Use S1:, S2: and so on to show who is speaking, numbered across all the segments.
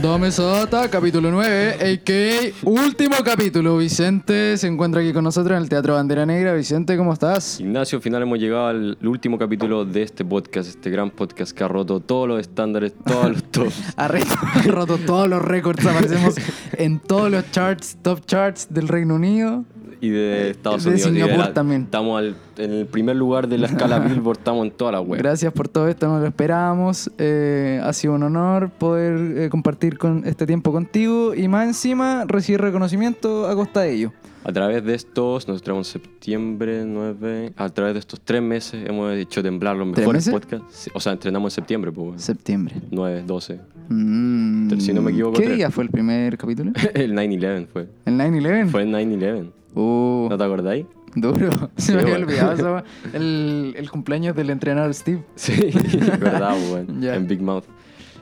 S1: Dome Sota, capítulo 9, a.k.a. último capítulo. Vicente se encuentra aquí con nosotros en el Teatro Bandera Negra. Vicente, ¿cómo estás?
S2: Ignacio, al final hemos llegado al último capítulo de este podcast, este gran podcast que ha roto todos los estándares, todos los tops.
S1: Ha re- ha roto todos los récords, aparecemos en todos los charts, top charts del Reino Unido.
S2: Y de Estados
S1: De
S2: Unidos. y de
S1: Singapur
S2: la-
S1: también.
S2: Estamos al- en el primer lugar de la escala Billboard, estamos en toda la web.
S1: Gracias por todo esto, no lo esperábamos. Eh, ha sido un honor poder eh, compartir con este tiempo contigo y más encima recibir reconocimiento a costa de ello.
S2: A través de estos, nos traemos septiembre 9, a través de estos tres meses hemos hecho temblar los
S1: ¿Tres
S2: mejores
S1: meses?
S2: podcasts. Sí, O sea, entrenamos en septiembre, pues.
S1: Septiembre.
S2: 9, 12.
S1: Mm.
S2: Si no me equivoco,
S1: ¿Qué
S2: tres.
S1: día fue el primer capítulo?
S2: El 9-11 fue.
S1: ¿El 9-11?
S2: Fue el 9-11.
S1: Oh.
S2: ¿No te acordáis?
S1: Duro. Se me había
S2: bueno.
S1: olvidado esa wea. el, el cumpleaños del entrenador Steve.
S2: Sí, verdad, weón.
S1: Ya.
S2: En Big Mouth.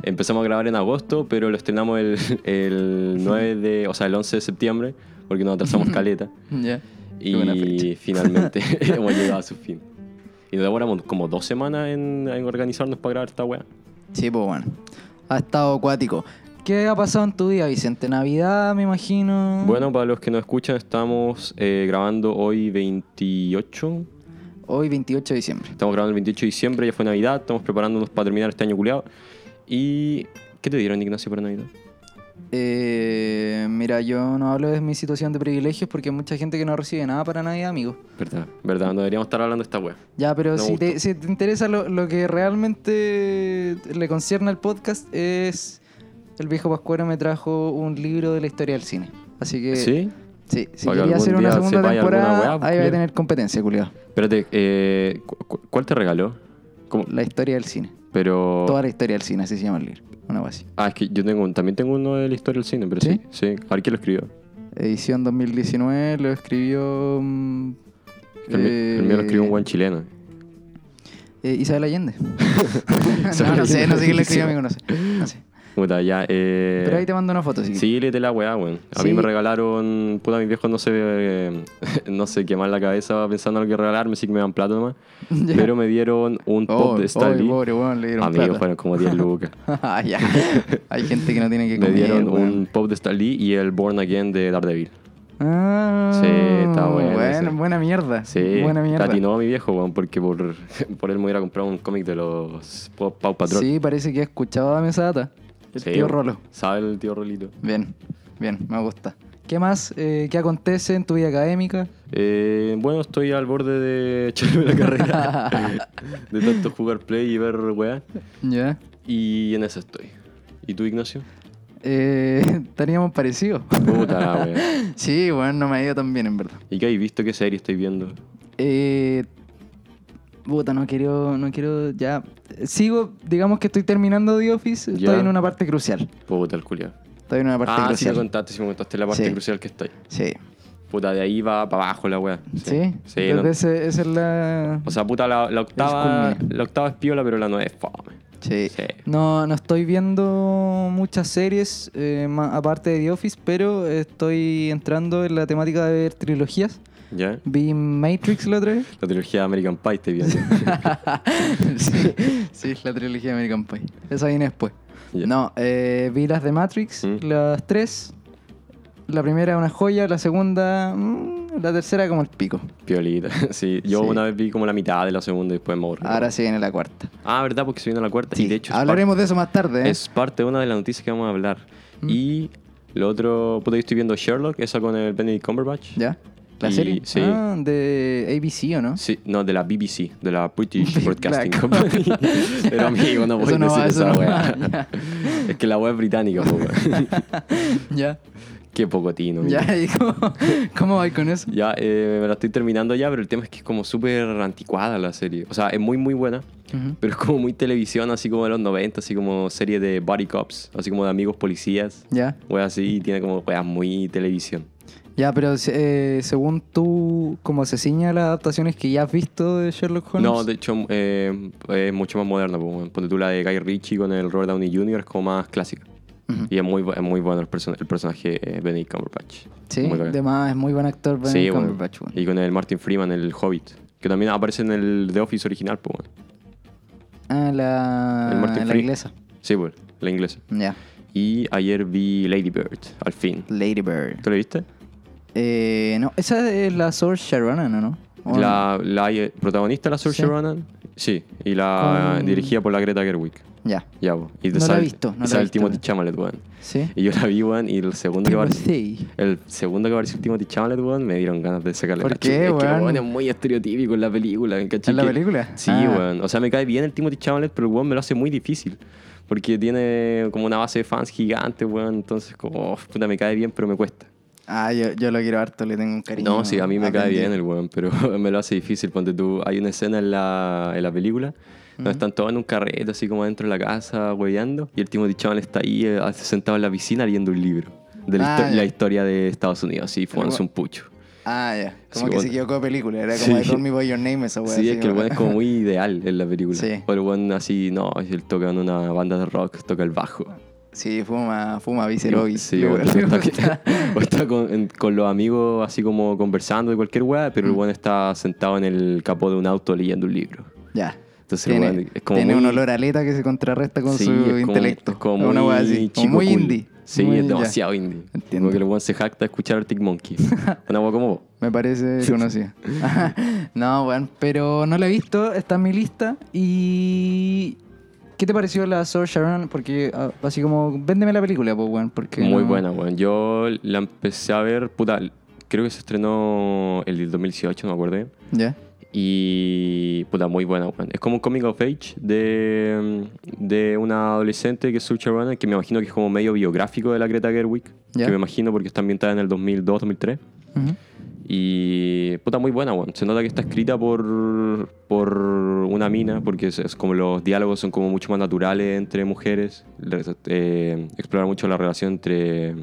S2: Empezamos a grabar en agosto, pero lo estrenamos el, el 9 de, o sea, el 11 de septiembre, porque nos atrasamos caleta.
S1: Ya. Qué buena
S2: Y
S1: fecha.
S2: finalmente hemos llegado a su fin. Y nos demoramos como dos semanas en, en organizarnos para grabar esta weá.
S1: Sí, pues bueno. Ha estado acuático. ¿Qué ha pasado en tu día, Vicente? Navidad, me imagino.
S2: Bueno, para los que nos escuchan, estamos eh, grabando hoy 28.
S1: Hoy 28 de diciembre.
S2: Estamos grabando el 28 de diciembre, ya fue Navidad, estamos preparándonos para terminar este año culiado. ¿Y qué te dieron, Ignacio, para Navidad?
S1: Eh, mira, yo no hablo de mi situación de privilegios porque hay mucha gente que no recibe nada para nadie, amigo.
S2: Verdad, verdad, no deberíamos estar hablando de esta weá.
S1: Ya, pero
S2: Me
S1: si
S2: gusta.
S1: te, si te interesa lo, lo que realmente le concierne al podcast es... El viejo Pascuero me trajo un libro de la historia del cine. Así que...
S2: ¿Sí?
S1: Sí, si
S2: Para que
S1: quería
S2: algún
S1: hacer una
S2: día
S1: segunda
S2: sepáis alguna
S1: temporada,
S2: weá, pues,
S1: ahí va a
S2: culiao.
S1: tener competencia, culiado.
S2: Espérate, eh, cu- cu- ¿cuál te regaló? ¿Cómo?
S1: La historia del cine.
S2: Pero.
S1: Toda la historia del cine, así se llama el libro. Una cosa así.
S2: Ah, es que yo tengo un- también tengo uno de la historia del cine, pero sí, sí. A ver quién lo escribió.
S1: Edición 2019, lo escribió. mm,
S2: El, mi- el mío lo escribió un buen chileno.
S1: eh, Isabel Allende. no,
S2: Isabel
S1: no sé, no sé quién lo
S2: Allende.
S1: escribió, amigo, no sé. No sé.
S2: Puta, ya. Eh...
S1: Pero ahí te mando una foto, sí.
S2: Sí, léete la weá, weón. A
S1: Sí.
S2: mí me regalaron. Puta, mis viejos no se. eh, no se queman la cabeza pensando en lo que regalarme, sí que me dan plata nomás.
S1: Ya.
S2: Pero me dieron un
S1: Oh,
S2: pop de Stan
S1: oh,
S2: Lee.
S1: pobre, weón, le dieron
S2: Amigos,
S1: plata.
S2: fueron como 10 lucas.
S1: Ah, ya. Hay gente que no tiene que
S2: me
S1: comer.
S2: dieron
S1: weón.
S2: un pop de Stan Lee y el Born Again de Daredevil.
S1: Ah,
S2: Sí, está bueno
S1: Buena,
S2: ese.
S1: buena mierda.
S2: Sí,
S1: buena mierda.
S2: patinó a mi viejo, weón, porque por, por él me hubiera comprado un cómic de los Pau Pau Patrol.
S1: Sí, parece que ha escuchado a Mesa Data. El
S2: Sí,
S1: tío
S2: weón.
S1: Rolo.
S2: Sabe el tío Rolito.
S1: Bien, bien, me gusta. ¿Qué más? Eh, ¿Qué acontece en tu vida académica?
S2: Eh, bueno, estoy al borde de echarme la carrera. de tanto jugar play y ver weá.
S1: Ya.
S2: Y en eso estoy. ¿Y tú, Ignacio?
S1: Eh, Estaríamos parecidos.
S2: Puta la weá.
S1: sí, bueno, no me ha ido tan bien, en verdad.
S2: ¿Y qué hay visto? ¿Qué serie estoy viendo?
S1: Eh, puta, no quiero, no quiero ya. Sigo, digamos que estoy terminando The Office. Estoy
S2: Ya.
S1: en una parte crucial.
S2: Puta el culiao.
S1: Estoy en una parte
S2: Ah, sí me
S1: crucial.
S2: contaste, sí me contaste la parte
S1: Sí.
S2: crucial que estoy.
S1: sí.
S2: Puta, de ahí va para abajo la weá.
S1: Sí.
S2: Sí,
S1: Entonces
S2: no-
S1: ese- esa es la.
S2: O sea, puta, la, la octava,
S1: Es culmina.
S2: la octava es piola, pero la nueve es fome.
S1: Sí.
S2: Sí.
S1: No, no estoy viendo muchas series eh, ma- aparte de The Office, pero estoy entrando en la temática de ver trilogías.
S2: ¿Ya?
S1: Vi Matrix la otra vez.
S2: La trilogía de American Pie estoy viendo.
S1: sí, sí, es la trilogía de American Pie. Esa viene después.
S2: Ya.
S1: No, eh, vi las de Matrix,
S2: Mm.
S1: las tres. La primera una joya, la segunda... mm, la tercera como el pico.
S2: Piolita. Sí, yo
S1: Sí.
S2: una vez vi como la mitad de la segunda y después me aburrí.
S1: Ahora sí viene la cuarta.
S2: Ah, ¿verdad? Porque se viene la cuarta.
S1: Sí,
S2: y de hecho, es
S1: hablaremos de eso más
S2: par-
S1: tarde. ¿eh?
S2: es parte de una de las noticias que vamos a hablar.
S1: Mm.
S2: Y lo otro, puta, yo estoy viendo Sherlock, esa con el Benedict Cumberbatch.
S1: ¿Ya? ¿La
S2: Y-
S1: serie?
S2: sí.
S1: Ah, de ABC, ¿o no?
S2: Sí, no, de la BBC, de la British
S1: Big
S2: Broadcasting
S1: Black.
S2: Company. Pero amigo, no
S1: Eso
S2: voy a
S1: no
S2: decir
S1: va, eso
S2: esa
S1: no
S2: weá.
S1: va.
S2: es que la web es británica, po, weón.
S1: Ya.
S2: Qué pocotino, amigo.
S1: Ya, ¿y cómo, cómo vais con eso?
S2: Ya, eh, me la estoy terminando ya, pero el tema es que es como súper anticuada la serie. O sea, es muy, muy buena,
S1: Ujú.
S2: pero es como muy televisión, así como de los 90, así como serie de body cops, así como de amigos policías,
S1: Ya.
S2: weas así, y tiene como weas muy televisión.
S1: Ya, pero eh, según tú, como se ciña las adaptaciones que ya has visto de Sherlock Holmes.
S2: No, de hecho eh, es mucho más moderna. pues, weón. Ponte tú la de Guy Ritchie con el Robert Downey Jr. es como más clásica.
S1: Ujú.
S2: Y es muy, bu- es muy bueno el, person- el personaje eh, Benedict Cumberbatch.
S1: Sí,
S2: Muy bacán.
S1: además es muy buen actor Benedict
S2: Sí, weón.
S1: Cumberbatch, weón.
S2: Y con el Martin Freeman, el Hobbit. Que también aparece en el The Office original, pues, weón.
S1: Ah,
S2: El
S1: la,
S2: Martin
S1: la
S2: Freeman.
S1: inglesa.
S2: Sí, pues, la inglesa.
S1: Ya.
S2: Y ayer vi Lady Bird, al fin.
S1: Lady Bird.
S2: ¿Tú la viste?
S1: Eh, no, esa es la Source Sharonan, ¿o no? ¿O
S2: La, la eh, protagonista, la Saoirse
S1: Sí.
S2: Ronan, sí, y la
S1: Con-
S2: dirigida por la Greta Gerwig.
S1: no? Ya.
S2: Ya, po. y
S1: No la he visto, no la he
S2: sale el
S1: visto.
S2: Timothy Chalamet, weón.
S1: Sí.
S2: Y yo la vi, weón, y el segundo que apareció,
S1: Timothy.
S2: el segundo que apareció Timothy Chalamet, weón, me dieron ganas de sacarle
S1: ¿Por
S2: la chucha.
S1: qué,
S2: Es que,
S1: weón?
S2: weón, es muy estereotípico en la película, ¿cachai?
S1: ¿En la
S2: Que-
S1: película?
S2: Sí,
S1: Ah.
S2: weón. O sea, me cae bien el Timothy Chalamet, pero el weón me lo hace muy difícil. Porque tiene como una base de fans gigante, weón. Entonces, como, oh, puta, me cae bien, pero me cuesta.
S1: Ah, yo, yo lo quiero harto, le tengo un cariño.
S2: No, sí, a mí me cae
S1: aprendido.
S2: bien el weón, pero me lo hace difícil. Ponte tú, hay una escena en la, en la película donde están todos en un carrete, así como adentro de la casa, hueveando, y el Timothy Chaval está ahí eh, sentado en la piscina leyendo un libro de la,
S1: Ah,
S2: histo-
S1: ya.
S2: la historia de Estados Unidos, así, fumándose
S1: weón-
S2: un pucho.
S1: Ah, ya. Como
S2: Sí,
S1: que
S2: bueno.
S1: se equivocó de película. Era como de
S2: Sí.
S1: Call Me By Your Name esa weá.
S2: Sí, es
S1: así,
S2: que el weón es
S1: weón.
S2: como muy ideal en la película.
S1: Sí.
S2: O el weón así, no, él toca en una banda de rock, toca el bajo.
S1: Sí, fuma, fuma Viceroy.
S2: Sí, weón, o está, o está con, en- con los amigos así como conversando de cualquier weá, pero el weón está sentado en el capó de un auto leyendo un libro.
S1: Ya.
S2: Entonces,
S1: tiene
S2: weón, es como
S1: tiene
S2: muy-
S1: un olor a aleta que se contrarresta con
S2: Sí,
S1: su
S2: es como-
S1: intelecto.
S2: es como
S1: una
S2: muy
S1: weá así. como
S2: chico
S1: muy
S2: cool.
S1: indie.
S2: Sí,
S1: Muy-
S2: es
S1: ya.
S2: demasiado indie.
S1: Entiendo.
S2: Como que el weón se jacta a escuchar Arctic Monkey. Una weá como vos.
S1: Me parece conocida. no, bueno, pero no la he visto, está en mi lista. ¿Y qué te pareció la Sor Sharon? Porque ah, así como, véndeme la película, pues, weón. Porque
S2: Muy
S1: no-
S2: buena, weón. Yo la empecé a ver, puta, creo que se estrenó el del 2018, no me acuerdo bien.
S1: Ya.
S2: Y puta, muy buena, weón. Es como un coming of age de, de una adolescente que es Saoirse Ronan, que me imagino que es como medio biográfico de la Greta Gerwig.
S1: Ya.
S2: Que me imagino porque está ambientada en el 2002, 2003.
S1: Ujú.
S2: Y puta, muy buena, weón. Se nota que está escrita por, por una mina, porque es, es como los diálogos son como mucho más naturales entre mujeres. Le- eh, explora mucho la relación entre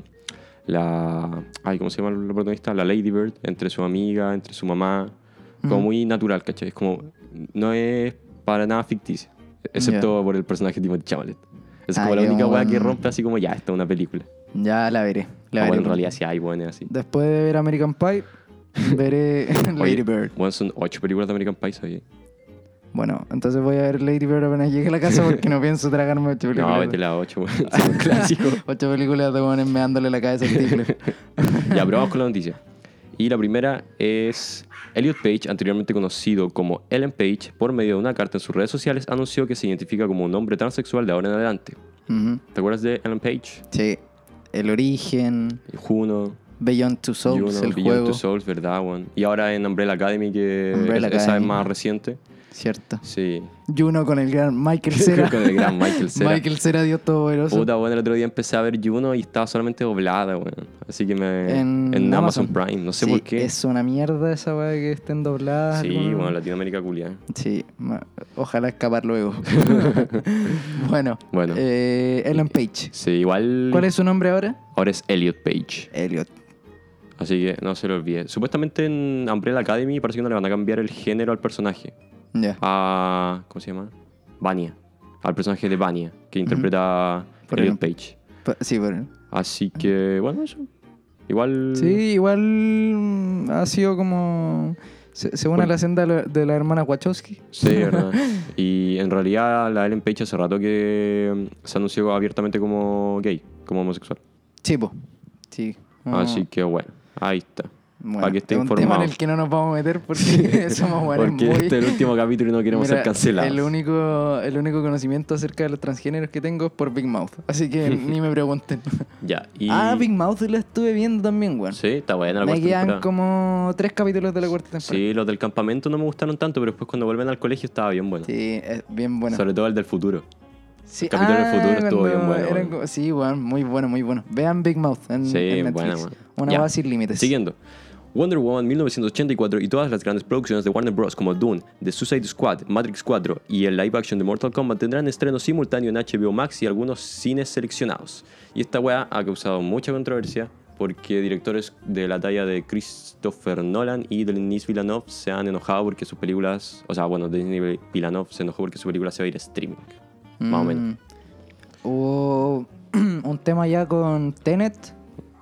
S2: la... Ay, ¿cómo se llama la protagonista? La Lady Bird, entre su amiga, entre su mamá. Como
S1: Ujú.
S2: muy natural, ¿cachai? Es como... No es para nada ficticia. Excepto por el personaje de Timothy Chalamet. Es
S1: Ah,
S2: como la
S1: qué
S2: única weá que
S1: buen-
S2: rompe así como ya, esta es una película.
S1: Ya la veré. La
S2: Ah,
S1: veré
S2: bueno, en
S1: porque-
S2: realidad sí hay buenas así.
S1: Después de ver American Pie, veré Lady
S2: Oye,
S1: Bird.
S2: Bueno, son ocho películas de American Pie, oye.
S1: Bueno, entonces voy a ver Lady Bird apenas llegue a la casa porque no pienso tragarme ocho películas.
S2: No, vete la 8, weón. Es un clásico.
S1: Ocho películas de weones meándole la cabeza al tigre.
S2: ya, pero vamos con la noticia. Y la primera es... Elliot Page, anteriormente conocido como Ellen Page, por medio de una carta en sus redes sociales, anunció que se identifica como un hombre transexual de ahora en adelante.
S1: Ujú.
S2: ¿Te acuerdas de Ellen Page?
S1: Sí. El origen,
S2: Juno,
S1: Beyond Two Souls,
S2: Juno,
S1: el
S2: Beyond
S1: juego.
S2: Two Souls, ¿verdad, weón? Y ahora en Umbrella Academy, que
S1: Umbrella
S2: es- esa es
S1: Academy.
S2: más reciente.
S1: Cierto.
S2: Sí.
S1: Juno con el gran Michael Cera.
S2: con el gran Michael Cera.
S1: Michael Cera, Dios todopoderoso.
S2: Puta, bueno, el otro día empecé a ver Juno y estaba solamente doblada, weón. Así que me...
S1: En
S2: eh, Amazon,
S1: Amazon.
S2: Prime. No sé
S1: Sí,
S2: por qué.
S1: Es una mierda esa weá que estén dobladas.
S2: Sí,
S1: alguna-
S2: bueno, Latinoamérica
S1: ¿eh?
S2: culia.
S1: Sí, ma- ojalá escapar luego. bueno,
S2: Bueno.
S1: eh, Ellen Page.
S2: Sí, igual.
S1: ¿Cuál es su nombre ahora?
S2: Ahora es Elliot Page.
S1: Elliot.
S2: Así que no se lo olvide. Supuestamente en Umbrella Academy parece que no le van a cambiar el género al personaje.
S1: Ya.
S2: Ah. A. ¿Cómo se llama? Vania. Al personaje de Vania, que interpreta
S1: Por
S2: Elliot
S1: ejemplo.
S2: Page.
S1: Pa- Sí, bueno.
S2: Así que, bueno, eso. Igual.
S1: Sí, igual mm, ha sido como. se- Según
S2: Bueno.
S1: la senda de la- de la hermana Wachowski.
S2: Sí, verdad. Y en realidad la Ellen Page hace rato que mm, se anunció abiertamente como gay, como homosexual.
S1: Sí, po. Sí. como-
S2: Así que bueno, ahí está.
S1: Ah. bueno,
S2: para Ah, que esté
S1: es un tema
S2: informado.
S1: en el que no nos vamos a meter porque somos buenos
S2: Porque
S1: muy...
S2: este es el último capítulo y no queremos
S1: Mira,
S2: ser cancelados.
S1: El único, el único conocimiento acerca de los transgéneros que tengo es por Big Mouth. Así que ni me pregunten.
S2: Ya, y...
S1: Ah, Big Mouth la estuve viendo también, weón.
S2: Sí, está buena la
S1: me
S2: cuarta
S1: quedan
S2: temporada.
S1: como tres capítulos de la cuarta temporada.
S2: Sí, los del campamento no me gustaron tanto, pero después cuando vuelven al colegio estaba bien bueno.
S1: Sí, es bien bueno.
S2: Sobre todo el del futuro.
S1: Sí, ah,
S2: el capítulo del futuro estuvo bien
S1: cuando
S2: bueno,
S1: eran
S2: weón.
S1: como- Sí, weón, muy bueno, muy bueno. Vean Big Mouth en,
S2: Sí,
S1: en Netflix.
S2: buena, weón.
S1: Una
S2: Ya.
S1: base sin límites.
S2: Siguiendo. Wonder Woman 1984 y todas las grandes producciones de Warner Bros. como Dune, The Suicide Squad, Matrix 4 y el live action de Mortal Kombat tendrán estreno simultáneo en HBO Max y algunos cines seleccionados. Y esta weá ha causado mucha controversia porque directores de la talla de Christopher Nolan y Denis Villeneuve se han enojado porque sus películas, o sea, bueno, Denis Villeneuve se enojó porque su película se va a ir a streaming, más o menos.
S1: Mm. Hubo un tema ya con Tenet.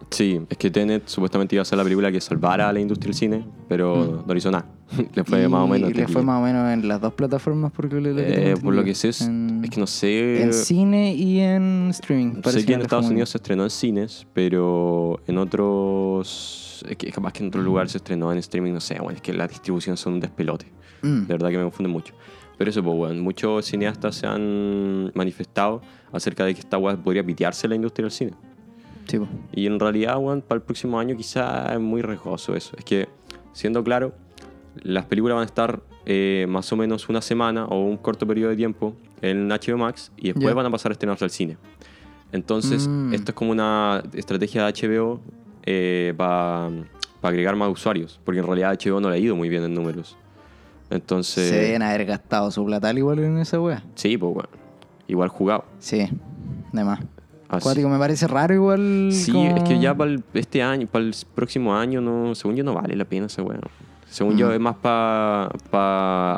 S2: Sí, es que Tenet supuestamente iba a ser la película que salvara a la industria del cine, pero no le hizo nada. le fue
S1: Mm. y
S2: más o menos.
S1: Le fue
S2: terrible.
S1: más o menos en las dos plataformas porque lo, lo que tengo
S2: Eh, por
S1: entendido.
S2: lo que sé, es,
S1: en,
S2: es que no sé.
S1: en cine y en streaming. parece
S2: sé que en
S1: no le fue
S2: Estados
S1: muy bien.
S2: Unidos se estrenó en cines, pero en otros. Es que capaz que en otro lugar se estrenó en streaming, no sé, bueno, es que la distribución son un despelote.
S1: Mm.
S2: De verdad que me confunde mucho. Pero eso, pues, weón, muchos cineastas se han manifestado acerca de que esta weá podría pitearse la industria del cine.
S1: Mm, Sí, po.
S2: Y en realidad, weón, para el próximo año quizá es muy riesgoso eso. Es que, siendo claro, las películas van a estar eh, más o menos una semana o un corto periodo de tiempo en HBO Max y después
S1: Ya.
S2: van a pasar a estrenarse al cine. Entonces,
S1: Mm.
S2: esto es como una estrategia de HBO para eh, agregar más usuarios, porque en realidad HBO no le ha ido muy bien en números. Entonces,
S1: Se deben haber gastado su platal igual en esa wea.
S2: sí, pues bueno, igual jugado.
S1: Sí, de más.
S2: Así-
S1: Cuático, me parece raro igual.
S2: Sí,
S1: como-
S2: es que ya para este año, para el próximo año, no, según yo no vale la pena ese weón. Según
S1: Mm.
S2: yo es más para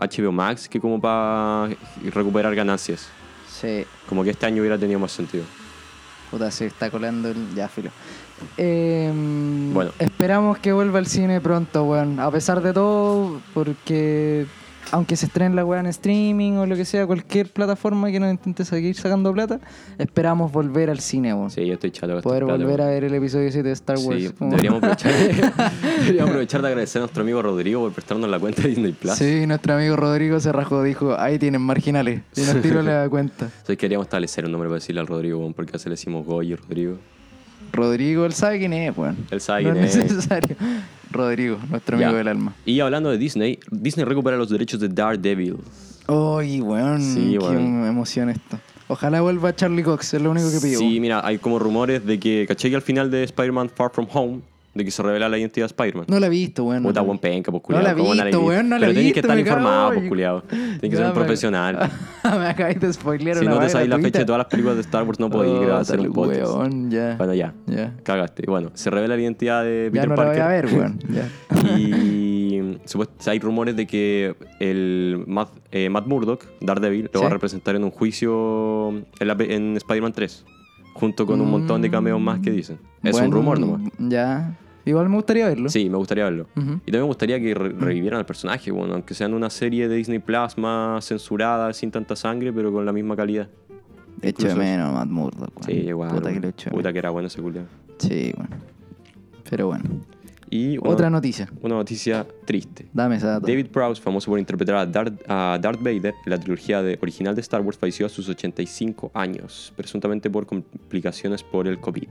S2: HBO Max que como para recuperar ganancias.
S1: Sí,
S2: Como que este año hubiera tenido más sentido.
S1: puta, se está colando el. Ya, filo. Em,
S2: Bueno.
S1: Esperamos que vuelva al cine pronto, weón. A pesar de todo, porque. Aunque se estrene la weá en streaming o lo que sea, cualquier plataforma que nos intente seguir sacando plata, esperamos volver al cine, weón.
S2: Sí, yo estoy chato. de
S1: Poder
S2: estos platos,
S1: volver a
S2: weón.
S1: ver el episodio 7 de Star Wars.
S2: Sí,
S1: como-
S2: deberíamos aprovechar, deberíamos aprovechar de agradecer a nuestro amigo Rodrigo por prestarnos la cuenta de Disney Plus.
S1: Sí, nuestro amigo Rodrigo se rajó, dijo, ahí tienen marginales. Y nos tiró la cuenta.
S2: Entonces queríamos establecer un nombre para decirle al Rodrigo, weón, porque a veces le decimos Goy y Rodrigo.
S1: Rodrigo, él sabe quién es, weón.
S2: Él sabe
S1: No
S2: quién es.
S1: necesario. Rodrigo, nuestro amigo
S2: Ya.
S1: del alma.
S2: Y hablando de Disney, Disney recupera los derechos de Daredevil.
S1: Uy, weón.
S2: Sí,
S1: qué
S2: weón.
S1: emoción esto. Ojalá vuelva Charlie Cox, es lo único que pido.
S2: Sí,
S1: weón.
S2: mira, hay como rumores de que, caché que al final de Spider-Man Far From Home, de que se revela la identidad de Spider-Man.
S1: No la he visto, weón.
S2: Puta, buen penca, pues,
S1: No la
S2: culiao,
S1: he
S2: ¿cómo la he
S1: visto,
S2: visto?
S1: weón, no la he
S2: Pero tenés que
S1: visto,
S2: estar
S1: me cago
S2: informado, pues,
S1: en-
S2: culiao. Tenés que ser
S1: Ya,
S2: un
S1: me-
S2: profesional.
S1: me acabáis de spoilear
S2: Si
S1: una
S2: no te
S1: weá
S2: sabes la fecha
S1: gratuita.
S2: de todas las películas de Star Wars, no podés ir
S1: Oh,
S2: a hacer
S1: tal
S2: un podcast.
S1: Weón, ya.
S2: Bueno, ya,
S1: Ya.
S2: cagaste. Bueno, se revela la identidad de
S1: Ya
S2: Peter
S1: no la
S2: Parker.
S1: voy a ver, weón. Ya.
S2: Y supuest- hay rumores de que el Matt, eh, Matt Murdock, Daredevil,
S1: Sí.
S2: lo va a representar en un juicio en, la pe- en Spider-Man 3, junto con un montón de cameos más que dicen. Es un
S1: Bueno,
S2: rumor nomás.
S1: Ya. Igual me gustaría verlo.
S2: Sí, me gustaría verlo.
S1: Ujú.
S2: Y también me gustaría que re- revivieran al personaje, bueno, aunque sea en una serie de Disney Plus más censurada, sin tanta sangre, pero con la misma calidad.
S1: Echo de
S2: Incluso-
S1: menos a Matt Murdock, weón.
S2: Sí, igual.
S1: Puta que
S2: bueno.
S1: lo eh. echo de
S2: Puta que era bueno ese culiao.
S1: menos. Sí, bueno. Pero bueno.
S2: Y una-
S1: Otra noticia.
S2: una noticia triste.
S1: Dame esa data.
S2: David Prowse, famoso por interpretar a Darth, a Darth Vader en la trilogía de- original de Star Wars, falleció a sus 85 años, presuntamente por complicaciones por el COVID.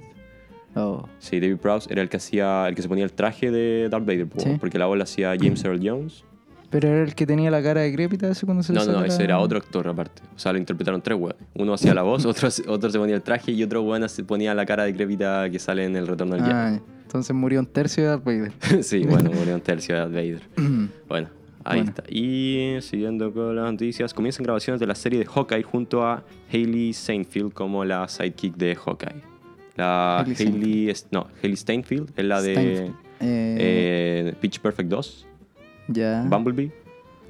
S1: Oh.
S2: Sí, David Prowse era el que hacía, el que se ponía el traje de Darth Vader, po,
S1: Sí.
S2: porque la voz la hacía James Earl Jones.
S1: Pero era el que tenía la cara decrépita ese cuando se
S2: No, no, no,
S1: desata
S2: ese
S1: la-
S2: era otro actor aparte. O sea, lo interpretaron tres weones. Uno hacía la voz, otro, otro se ponía el traje y otro weón se ponía la cara de crepita que sale en el retorno del
S1: Ah, entonces murió un tercio de Darth Vader.
S2: Jedi. sí, bueno, murió un tercio de Darth Vader. Bueno, ahí
S1: Bueno.
S2: está. Y siguiendo con las noticias, comienzan grabaciones de la serie de Hawkeye junto a Hailey Steinfeld como la sidekick de Hawkeye. La
S1: Hailey
S2: Hailey, es- no, Hailey Steinfeld es la de
S1: Steinfeld. Eh,
S2: eh, Pitch Perfect 2,
S1: ya.
S2: Bumblebee,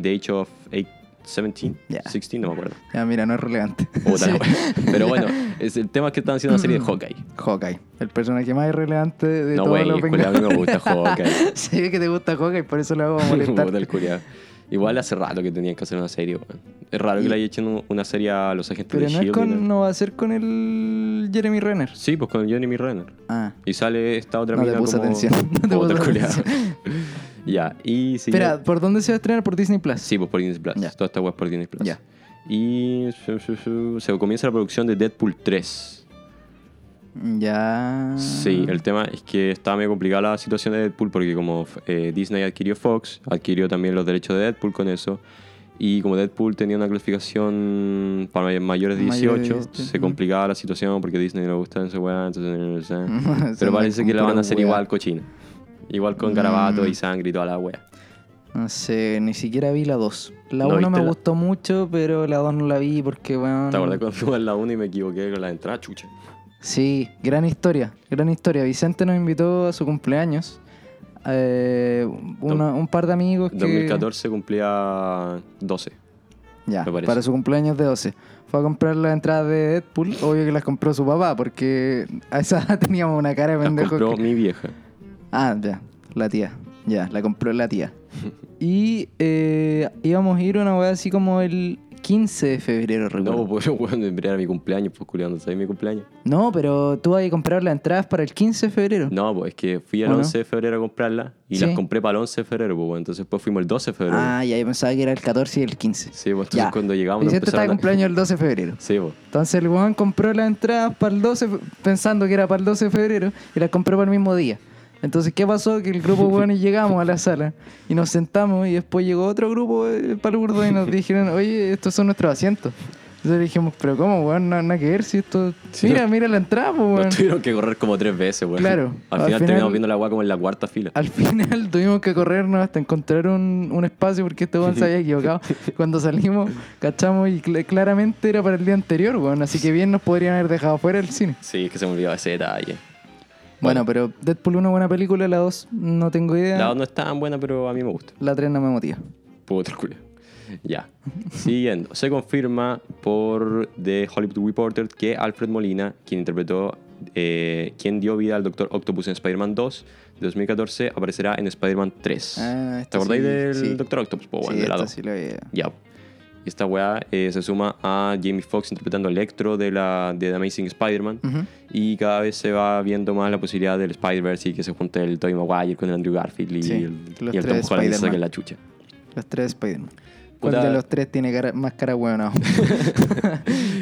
S2: The Age of Eight- 17,
S1: Ya.
S2: 16, no me acuerdo.
S1: Ya, mira, no es relevante.
S2: Puta,
S1: Sí.
S2: Pero bueno, es el tema es que están haciendo una serie de Hawkeye.
S1: Hawkeye, el personaje más irrelevante de
S2: No,
S1: todos
S2: güey,
S1: los
S2: culiao, a mí me gusta Hawkeye.
S1: Se ve que te gusta Hawkeye, por eso lo hago molestar.
S2: Puta, el culiao. Igual hace rato que tenían que hacer una serie, weón. Es raro que le haya hecho un- una serie a los agentes
S1: Pero
S2: de
S1: no, es
S2: S.H.I.E.L.D. y nada.
S1: con, no va a ser con el Jeremy Renner.
S2: Sí, pues con Jeremy Renner.
S1: Ah.
S2: Y sale esta otra
S1: No te
S2: mina
S1: puse
S2: como...
S1: atención. No te
S2: Otra
S1: puse
S2: culiao.
S1: atención.
S2: ya, y... sigue-
S1: Espera, ¿por dónde se va a estrenar? ¿Por Disney Plus?
S2: Sí, pues por Disney Plus.
S1: Ya.
S2: Toda esta web por Disney Plus.
S1: Ya.
S2: Y su- su- su- se comienza la producción de Deadpool 3.
S1: Ya.
S2: Sí, el tema es que está medio complicada la situación de Deadpool porque como eh, Disney adquirió Fox, adquirió también los derechos de Deadpool con eso. Y como Deadpool tenía una clasificación para may- mayores de
S1: Mayores de
S2: 18,
S1: 18,
S2: se
S1: mm.
S2: complicaba la situación porque Disney no le gusta en su weá, entonces... no sé.
S1: Son
S2: Pero parece que la van a
S1: puras
S2: hacer
S1: weas.
S2: igual cochina. Igual con garabato
S1: Mm.
S2: y sangre y toda la wea.
S1: No sé, ni siquiera vi la 2. La
S2: No
S1: 1 me
S2: viste la-
S1: gustó mucho, pero la 2 no la vi porque, bueno.
S2: ¿Te acordás cuando fui a la 1 y me equivoqué con la entrada, chucha?
S1: Sí, gran historia, gran historia. Vicente nos invitó a su cumpleaños. eh, una- un par de amigos que...
S2: 2014 cumplía 12.
S1: Ya,
S2: me parece.
S1: para su cumpleaños de 12. Fue a comprar las entradas de Deadpool. Obvio que las compró su papá porque a esa edad teníamos una cara de
S2: Las
S1: pendejo.
S2: compró
S1: que-
S2: mi vieja.
S1: Ah, ya, la tía. Ya, la compró la tía. Y eh, íbamos a ir una weá así como el 15 de febrero, recuerdo.
S2: No,
S1: No,
S2: pues bueno, en verdad era mi cumpleaños, pues culiando, ¿sabes mi cumpleaños?
S1: pero tú habías comprado las entradas para el 15 de febrero.
S2: No, pues es que fui el
S1: ¿O no?
S2: 11 de febrero a comprarla y
S1: Sí.
S2: las compré para el 11 de febrero, pues bueno, entonces después fuimos el 12 de febrero.
S1: ah, ya, yo pensaba que era el 14 y el 15.
S2: Sí, pues, entonces cuando llegamos nos
S1: Vicente está de
S2: empezaron a-
S1: cumpleaños el 12 de febrero.
S2: Sí, pues.
S1: Entonces el weón compró las entradas para el 12, fe- pensando que era para el 12 de febrero, y las compró para el mismo día. Entonces, ¿qué pasó? Que el grupo bueno llegamos a la sala y nos sentamos y después llegó otro grupo palurdo y nos dijeron, oye, estos son nuestros asientos. Entonces dijimos, pero ¿cómo, weón? No hay nada que ver si esto...
S2: Sí.
S1: Mira, mira la entrada, pues,
S2: Nos
S1: weón.
S2: tuvieron que correr como tres veces, güey.
S1: Claro.
S2: Al
S1: Al
S2: final
S1: final-
S2: terminamos viendo la agua como en la cuarta fila.
S1: Al final tuvimos que corrernos hasta encontrar un, un espacio porque este weón se había equivocado. Cuando salimos, cachamos y cl- claramente era para el día anterior, weón. Así que bien nos podrían haber dejado fuera del cine.
S2: Sí, es que se me olvidaba ese detalle.
S1: Bueno, pero Deadpool 1 buena película, la 2 no tengo idea.
S2: La dos no es tan buena, pero a mí me gusta.
S1: La 3 no me motiva.
S2: Puta el culo. Ya. Siguiendo. Se confirma por The Hollywood Reporter que Alfred Molina, quien interpretó, eh, quien dio vida al Doctor Octopus en Spider-Man 2 de 2014, aparecerá en Spider-Man 3.
S1: Ah, esta
S2: ¿Te acordáis
S1: sí,
S2: del
S1: sí.
S2: Doctor Octopus? Po, Pues bueno,
S1: sí,
S2: de la
S1: esta
S2: dos.
S1: sí la veía.
S2: Ya. Y esta weá eh, se suma a Jamie Foxx interpretando a Electro de, la, de The Amazing Spider-Man.
S1: Ujú.
S2: Y cada vez se va viendo más la posibilidad del Spider-Verse y que se junte el Tobey Maguire con el Andrew Garfield y
S1: Sí,
S2: el,
S1: los
S2: y el Tom
S1: tres
S2: Holland y se
S1: Spider-Man.
S2: saquen la chucha.
S1: Los tres Spider-Man. ¿Cuál
S2: Puta.
S1: de los tres tiene cara- más cara huevona?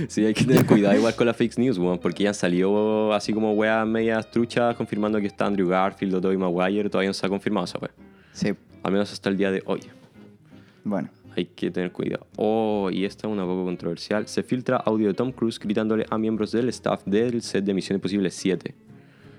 S2: Sí, hay que tener cuidado igual con las fake news, weón, porque ya salió así como weas medias truchas confirmando que está Andrew Garfield o Tobey Maguire, todavía no se ha confirmado esa wea.
S1: sí,
S2: Al menos hasta el día de hoy.
S1: bueno.
S2: Hay que tener cuidado. Oh, y esta es una poco controversial. Se filtra audio de Tom Cruise gritándole a miembros del staff del set de Misión Imposible 7.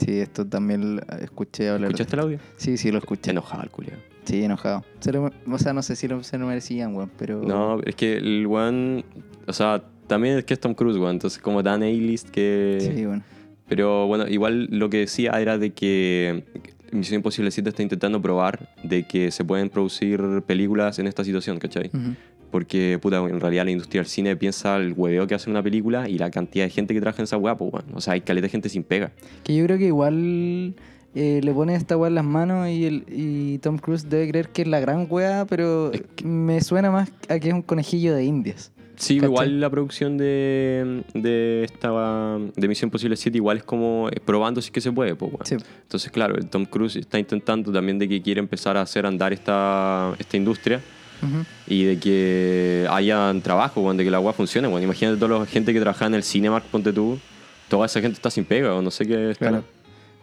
S1: Sí, esto también lo- eh, escuché hablar. de-
S2: ¿Escuchaste el audio?
S1: Sí, sí, lo escuché.
S2: Enojado, el culiao.
S1: Sí, enojado. Se lo- o sea, no sé si lo- se lo merecían, weón, pero.
S2: No, es que el weón. O sea, también es que es Tom Cruise, weón. Entonces, como tan A-list que.
S1: Sí, bueno.
S2: Pero bueno, igual lo que decía era de que Misión Imposible 7 está intentando probar de que se pueden producir películas en esta situación, ¿cachai?
S1: Ujú.
S2: Porque, puta, en realidad la industria del cine piensa el hueveo que hace una película y la cantidad de gente que trabaja en esa hueá, pues, bueno, o sea, hay caleta de gente sin pega.
S1: Que yo creo que igual eh, le pone esta weá en las manos y, el, y Tom Cruise debe creer que es la gran weá, pero me suena más a que es un conejillo de indias.
S2: Sí,
S1: ¿Cachai?
S2: igual la producción de, de esta de Misión Imposible 7 igual es como eh, probando si es que se puede, pues, bueno.
S1: Sí.
S2: Entonces, claro, el Tom Cruise está intentando también de que quiere empezar a hacer andar esta, esta industria.
S1: Ujú.
S2: y de que hayan trabajo, weón, de que la agua funcione. Bueno, imagínate toda la gente que trabajaba en el Cinemark, ponte tú. Toda esa gente está sin pega, weón, no sé qué está.
S1: Claro.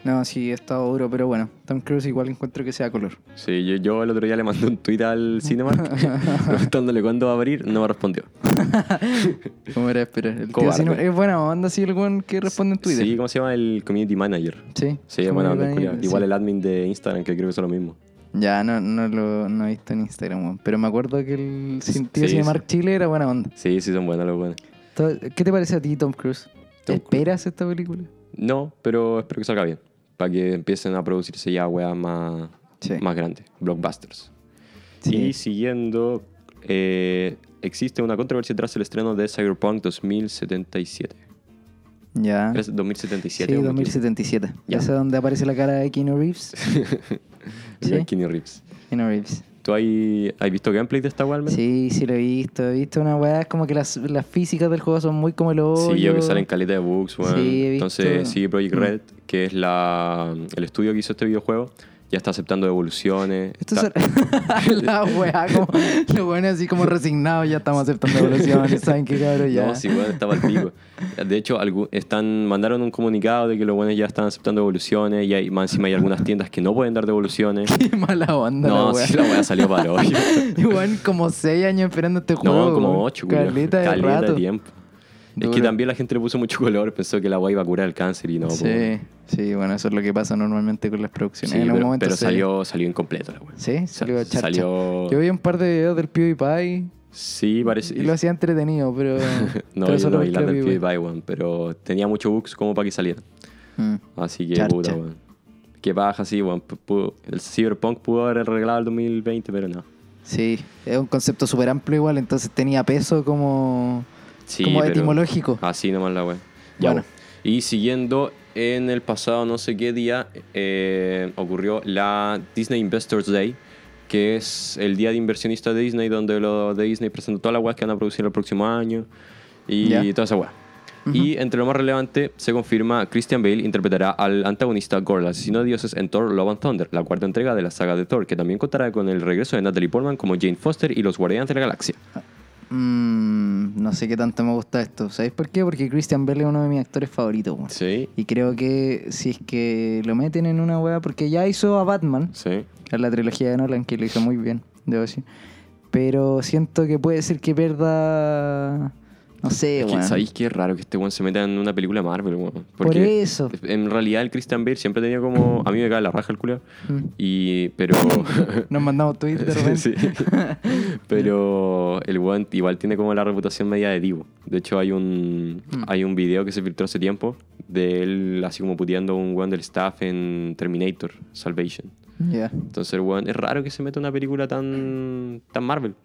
S1: No, sí, está duro, pero bueno, Tom Cruise igual encuentro que sea color.
S2: Sí, yo, yo el otro día le mandé un tweet al Cinemark preguntándole cuándo va a abrir, no me respondió.
S1: Como era de esperar. El tío
S2: Cobarde.
S1: Sino- es buena onda, sí, el weón que responde en Twitter.
S2: Sí, ¿cómo se llama? El community manager.
S1: Sí,
S2: Sí,
S1: Como
S2: bueno,
S1: que
S2: anda,
S1: van-
S2: culiao.
S1: sí.
S2: igual el admin de Instagram, que creo que es lo mismo.
S1: Ya, no, no lo no he visto en Instagram, weón, pero me acuerdo que el cin- tío
S2: Sí, sí.
S1: Cinemark Chile era buena onda.
S2: Sí, sí, son buenas los buenos.
S1: To- ¿Qué te parece a ti, Tom Cruise? ¿Te
S2: Tom Cruise.
S1: esperas esta película?
S2: No, pero espero que salga bien. Para que empiecen a producirse ya weas más,
S1: Sí.
S2: más grandes, blockbusters.
S1: Sí.
S2: Y siguiendo, eh, existe una controversia tras el estreno de Cyberpunk 2077.
S1: Ya.
S2: ¿Era 2077?
S1: Ah. Sí,
S2: o me
S1: 2077.
S2: Ya.
S1: Esa es donde aparece la cara de Keanu Reeves.
S2: equivoco?
S1: sí.
S2: Era Keanu Reeves.
S1: Keanu Reeves.
S2: ¿Tú hay- has visto gameplay de esta Walman?
S1: Sí, sí lo he visto. He visto una weá como que las, las físicas del juego son muy como el hoyo.
S2: Sí, yo que salen caleta de bugs, weón.
S1: Sí, he visto.
S2: Entonces, sí, Project
S1: Mm.
S2: Red, que es la, el estudio que hizo este videojuego, ya está aceptando evoluciones.
S1: Esto
S2: está-
S1: es la weá, como lo bueno así como resignado, ya estamos aceptando evoluciones, saben qué cabrón ya.
S2: No, sí, weón, estaba al pico. De hecho, algu- están, mandaron un comunicado de que los buenos ya están aceptando devoluciones y hay, más encima hay algunas tiendas que no pueden dar devoluciones.
S1: Qué mala onda
S2: No,
S1: la weá.
S2: sí, la weá salió para hoy.
S1: Igual como 6 años esperando este juego.
S2: No, como
S1: weón.
S2: 8,
S1: Caleta de rato.
S2: tiempo.
S1: Duro.
S2: Es que también la gente le puso mucho color, pensó que la weá iba a curar el cáncer y no. po.
S1: Sí, sí, bueno, eso es lo que pasa normalmente con las
S2: Sí,
S1: producciones. en algún
S2: pero,
S1: momento
S2: pero
S1: se-
S2: salió, salió incompleto la weá.
S1: Sí,
S2: Sa-
S1: salió charcha.
S2: salió-
S1: Yo vi un par de videos del PewDiePie
S2: Sí, parece.
S1: Y lo hacía entretenido, pero.
S2: No,
S1: pero
S2: yo
S1: solo
S2: no
S1: por
S2: vi la del
S1: Krabby, güey.
S2: PewDiePie, weón, pero tenía muchos bugs como para que saliera.
S1: Mm.
S2: Así que,
S1: Charcha.
S2: puta, weón. Que baja, sí, weón. P- pudo- El Cyberpunk pudo haber arreglado el 2020, pero no.
S1: Sí, es un concepto súper amplio igual, entonces tenía peso como,
S2: Sí,
S1: como
S2: pero
S1: etimológico.
S2: Así nomás la weón. Ya,
S1: Bueno.
S2: bueno. Y siguiendo, en el pasado no sé qué día eh, ocurrió la Disney Investors Day, que es el día de inversionistas de Disney, donde los de Disney presentan todas las weas que van a producir el próximo año y
S1: Ya.
S2: toda esa wea. Y entre lo más relevante, se confirma Christian Bale interpretará al antagonista Gore, el asesino de dioses en Thor Love and Thunder, la cuarta entrega de la saga de Thor, que también contará con el regreso de Natalie Portman como Jane Foster y los Guardianes de la Galaxia.
S1: Mm, no sé qué tanto me gusta esto. ¿Sabéis por qué? Porque Christian Bale es uno de mis actores favoritos. weón.
S2: Sí,
S1: Y creo que si es que lo meten en una wea, porque ya hizo a Batman,
S2: sí.
S1: a la trilogía de Nolan, que lo hizo muy bien, debo decir. Pero siento que puede ser que pierda. No sé,
S2: Es que,
S1: weón.
S2: ¿Sabéis qué raro que este weón se meta en una película Marvel, weón?
S1: Por
S2: Porque
S1: eso.
S2: En realidad el Christian Bale siempre tenía como... A mí me cae la raja el culo.
S1: Mm.
S2: Y... Pero...
S1: Nos mandamos Twitter,
S2: Eh, Sí. Pero el weón igual tiene como la reputación media de divo. De hecho hay un...
S1: Hmm.
S2: Hay un video que se filtró hace tiempo de él así como puteando a un weón del staff en Terminator Salvation.
S1: Ya.
S2: Entonces el weón... Es raro que se meta en una película tan... Tan Marvel.